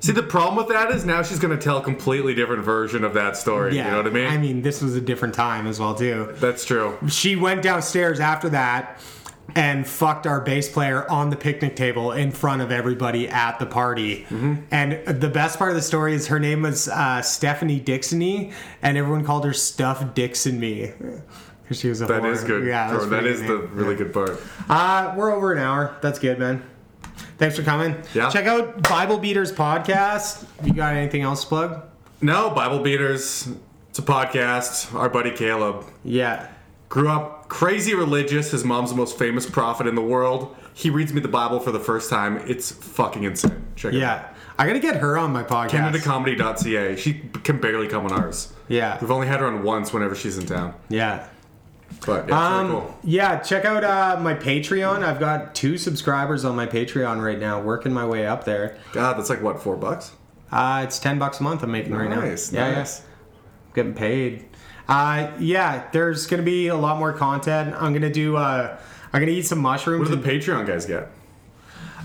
See, the problem with that is now she's gonna tell a completely different version of that story.
yeah.
You know what I mean?
I mean, this was a different time as well too.
That's true.
She went downstairs after that. And fucked our bass player on the picnic table in front of everybody at the party.
Mm-hmm.
And the best part of the story is her name was uh, Stephanie Dixony, and everyone called her Stuff Dixon Me. 'Cause she was a
That
whore.
is good.
Yeah, that was
Jordan. that
pretty
is
good
the
name.
really good part.
Uh, we're over an hour. That's good, man. Thanks for coming.
Yeah.
Check out Bible Beaters podcast. You got anything else to plug?
No, Bible Beaters. It's a podcast. Our buddy Caleb
Yeah.
grew up crazy religious. His mom's the most famous prophet in the world. He reads me the Bible for the first time. It's fucking insane. Check it out.
Yeah. I gotta get her on my podcast.
CanadaComedy.ca. She can barely come on ours.
Yeah.
We've only had her on once whenever she's in town.
Yeah.
But yeah, it's
Um,
really cool.
Yeah, check out uh, my Patreon. I've got two subscribers on my Patreon right now, working my way up there.
God, that's like what, four bucks?
Uh, it's ten bucks a month I'm making right now.
Nice,
yeah,
nice.
yeah. getting paid. Uh, yeah, there's gonna be a lot more content. I'm gonna do. Uh, I'm gonna eat some mushrooms.
What do
and-
the Patreon guys get?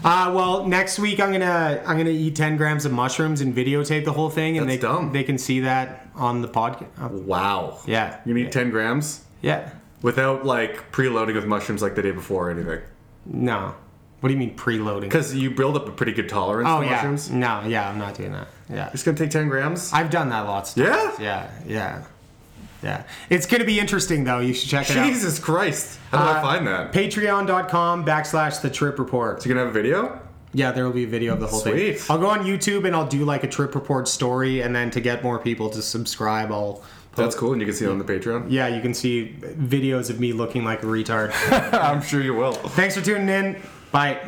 Uh, well, next week I'm gonna I'm gonna eat ten grams of mushrooms and videotape the whole thing, and
That's
they
dumb.
they can see that on the podcast.
Wow.
Yeah.
You need 10 grams
yeah.
without like preloading with mushrooms like the day before or anything.
No. What do you mean preloading?
Because you build up a pretty good tolerance
oh
to
yeah.
mushrooms.
No, yeah, I'm not doing that. Yeah.
It's gonna take 10 grams?
I've done that lots of
Yeah?
times. Yeah, yeah, yeah. It's going to be interesting, though. You should check it out.
Jesus Christ. How do I
Uh,
find that?
Patreon.com backslash the trip report.
you gonna have a video?
Yeah, there will be a video of the whole
Sweet.
thing. I'll go on YouTube and I'll do like a trip report story, and then to get more people to subscribe, I'll. Post.
That's cool, and you can see it on the Patreon.
Yeah, you can see videos of me looking like a retard.
I'm sure you will.
Thanks for tuning in. Bye.